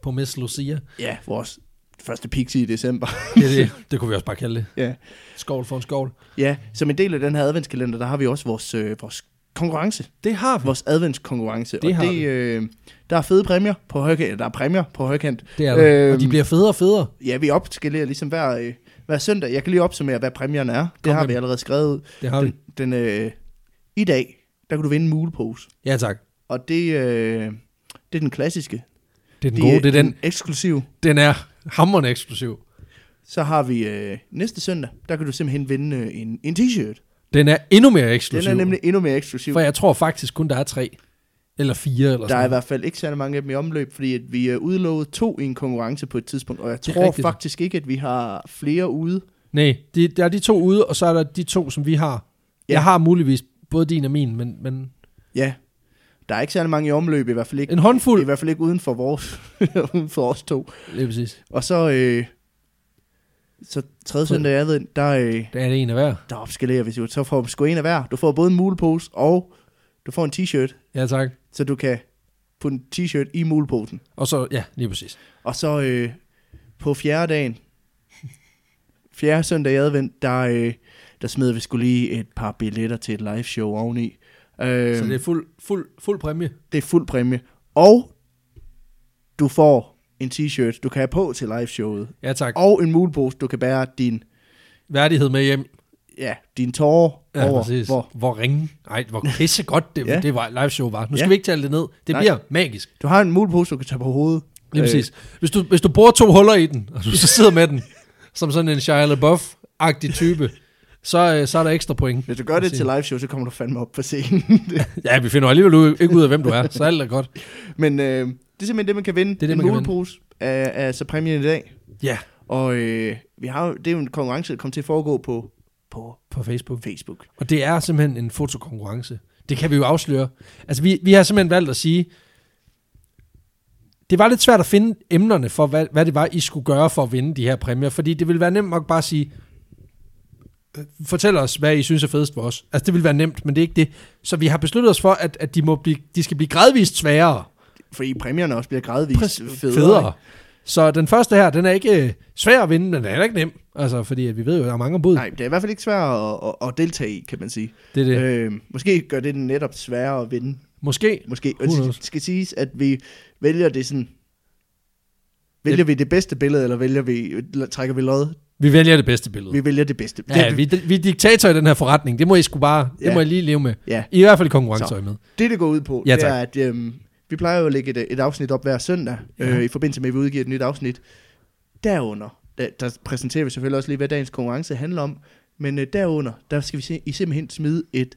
S2: På Miss Lucia.
S1: ja, vores første pixie i december.
S2: Det, er det, det kunne vi også bare kalde det.
S1: ja.
S2: Skål for en skål.
S1: ja, som en del af den her adventskalender, der har vi også vores, øh, vores konkurrence.
S2: Det har vi.
S1: Vores adventskonkurrence.
S2: Det
S1: og
S2: har vi.
S1: det, øh, der er fede præmier på højkant. Der er præmier på højkant.
S2: Det er der. Øhm, og de
S1: Øhm.
S2: bliver federe og federe.
S1: Ja, vi opskalerer ligesom hver, øh, hver søndag. Jeg kan lige opsummere, hvad præmierne er. Det
S2: Kom
S1: har
S2: med
S1: vi
S2: dem.
S1: allerede skrevet ud.
S2: Det har vi.
S1: Den, den, øh, I dag, der kan du vinde en mulepose.
S2: Ja, tak.
S1: Og det, øh, det er den klassiske.
S2: Det er den gode. Det er den,
S1: eksklusiv.
S2: den er hammerne eksklusiv.
S1: Så har vi øh, næste søndag, der kan du simpelthen vinde øh, en, en t-shirt.
S2: Den er endnu mere
S1: Den
S2: eksklusiv.
S1: er nemlig endnu mere eksklusiv.
S2: For jeg tror faktisk kun, der er tre. Eller fire, eller
S1: Der
S2: sådan
S1: er i hvert fald ikke særlig mange af dem i omløb, fordi at vi øh, udlovede to i en konkurrence på et tidspunkt, og jeg
S2: Det er
S1: tror
S2: rigtigt.
S1: faktisk ikke, at vi har flere ude.
S2: Nej, de, der er de to ude, og så er der de to, som vi har. Ja.
S1: Ja.
S2: Jeg har muligvis både din og min, men, men
S1: Ja, der er ikke særlig mange i omløb, i hvert fald ikke,
S2: en håndfuld.
S1: i hvert fald ikke uden for vores, uden for os to.
S2: Lige præcis.
S1: Og så, øh, så tredje
S2: Så-
S1: søndag i advent, der, øh,
S2: Der er det en af hver.
S1: der opskalerer vi, så får du sgu en af hver. Du får både en mulepose og du får en t-shirt,
S2: Ja, tak.
S1: så du kan putte en t-shirt i muleposen.
S2: Og så, ja, lige præcis.
S1: Og så øh, på fjerde dagen, fjerde søndag i advent, der, øh, der smider vi skulle lige et par billetter til et live show oveni. Øh,
S2: Så det er fuld, fuld, fuld præmie.
S1: det er fuld præmie. Og du får en t-shirt, du kan have på til live showet.
S2: Ja, tak.
S1: Og en mulepose, du kan bære din,
S2: Værdighed med hjem.
S1: ja, din tårer
S2: Ja,
S1: over.
S2: præcis.
S1: Hvor
S2: hvor ringe. Nej, hvor pisse godt det, ja.
S1: Ja.
S2: det var, live show var. Nu skal
S1: Ja.
S2: vi ikke tale det ned. Det
S1: Nej. Øh.
S2: bliver magisk.
S1: du har en mulepose, du kan tage på hovedet.
S2: Lige præcis. Hvis du, hvis du borer to huller i den, og du så sidder med den, som sådan en Shia LaBeouf-agtig type, så, øh, så er der ekstra point.
S1: Hvis du gør det
S2: Præcis.
S1: til live show, så kommer du fandme op på scenen.
S2: Ja, vi finder alligevel u- ikke ud af, hvem du er, så alt er godt.
S1: Men øh, det er simpelthen det, man kan vinde. Det
S2: er det,
S1: en
S2: man kan vinde.
S1: mulepose er, er så præmien i dag.
S2: Ja,
S1: Og øh, vi har, jo- det er jo en konkurrence, der kommer til at foregå på, på
S2: på Facebook.
S1: Facebook.
S2: Og det er simpelthen en fotokonkurrence. Det kan vi jo afsløre. Altså, vi, vi har simpelthen valgt at sige, det var lidt svært at finde emnerne for, hvad, hvad det var, I skulle gøre for at vinde de her præmier. Fordi det ville være nemt nok bare at sige, øh, fortæl os, hvad I synes er fedest for os. Altså, det ville være nemt, men det er ikke det. Så vi har besluttet os for, at, at de, må blive, de skal blive gradvist sværere.
S1: Fordi præmierne også bliver gradvist
S2: Præcis.
S1: federe.
S2: federe. Så den første her, den er ikke øh, svær at vinde, men den er heller ikke nem. Altså, fordi at vi ved jo, der er mange ombud.
S1: Nej, det er i hvert fald ikke svært at, at, at deltage i, kan man sige.
S2: Det er det. Øh,
S1: Øh, måske gør det den netop sværere at vinde.
S2: Måske.
S1: Måske. Og
S2: Who
S1: det
S2: knows?
S1: skal siges, at vi vælger det sådan... Vælger vi det bedste billede, eller vælger vi, eller trækker vi lod?
S2: Vi vælger det bedste billede.
S1: Vi vælger det bedste.
S2: Ja,
S1: det,
S2: vi, vi er diktatorer i den her forretning. Det må I sgu bare, ja. det
S1: Ja.
S2: må I lige leve med.
S1: ja.
S2: I hvert fald i konkurrenceøje med.
S1: Det, det går ud på,
S2: Ja,
S1: ja, det
S2: tak.
S1: er, at øhm, vi plejer jo at lægge et, et afsnit op hver søndag, ja. øh, i forbindelse med, at vi udgiver et nyt afsnit. Derunder, der, der præsenterer vi selvfølgelig også lige, hvad dagens konkurrence handler om, men øh, derunder, der skal vi se, I simpelthen smide et,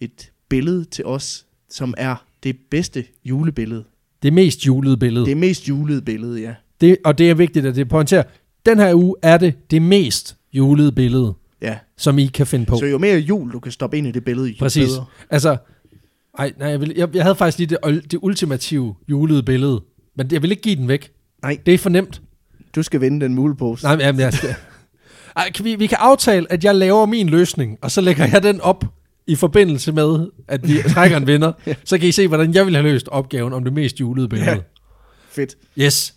S1: et billede til os, som er det bedste julebillede.
S2: Det mest julede billede.
S1: Det
S2: Det.
S1: mest julede billede, ja.
S2: Det, og det er vigtigt, at det pointerer. Den her uge er det det mest julede billede,
S1: ja.
S2: som I kan finde på.
S1: Så jo mere jul, du kan stoppe ind i det billede, jo
S2: Præcis.
S1: bedre.
S2: Altså, ej, nej, jeg, vil, jeg, jeg havde faktisk lige det, ol- det ultimative julede billede, men jeg vil ikke give den væk.
S1: Nej.
S2: Det er for nemt.
S1: Du skal vinde den mulepose.
S2: Nej, men, jamen, jeg, ej, kan vi, vi kan aftale, at jeg laver min løsning, og så lægger jeg den op i forbindelse med, at vi trækker en vinder. Så kan I se, hvordan jeg ville have løst opgaven om det mest julede billede.
S1: Ja. Fedt.
S2: Yes.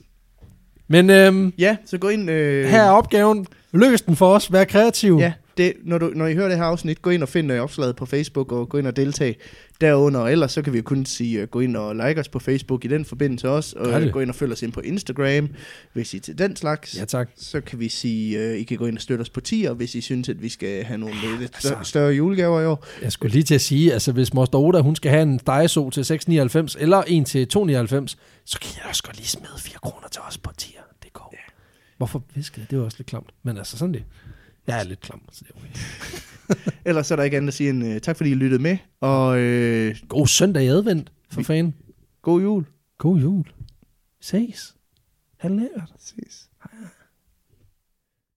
S2: Men øhm,
S1: Ja, så gå ind... Øh,
S2: her er opgaven. Løs den for os. Vær kreativ.
S1: Ja, det, når, du, når I hører det her afsnit, gå ind og find øh, opslaget på Facebook og gå ind og deltag derunder. Og Ellers så kan vi jo kun sige, øh, gå ind og like os på Facebook i den forbindelse også.
S2: Gør
S1: Og
S2: det.
S1: øh, gå ind og følg os ind på Instagram, hvis I er til den slags.
S2: ja tak.
S1: Så kan vi sige, øh, I kan gå ind og støtte os på 10'er, hvis I synes, at vi skal have nogle øh,
S2: altså.
S1: lidt større, større julegaver i år.
S2: Jeg skulle lige til at sige, altså hvis Moster Oda, hun skal have en Daiso til 6,99 eller en til 2,99, så kan jeg også godt lige smide 4 kroner til os på 10'er. Det går. Ja. Hvorfor viskede jeg? Det var også lidt klamt. Men altså sådan det. Jeg er lidt klam, så det er okay.
S1: Ellers så er der ikke andet at sige end øh, tak, fordi I lyttede med. Og øh,
S2: God søndag i advent, for fanden.
S1: god jul.
S2: God jul. Ses. Ha' det lækkert.
S1: Ses.
S2: Hej.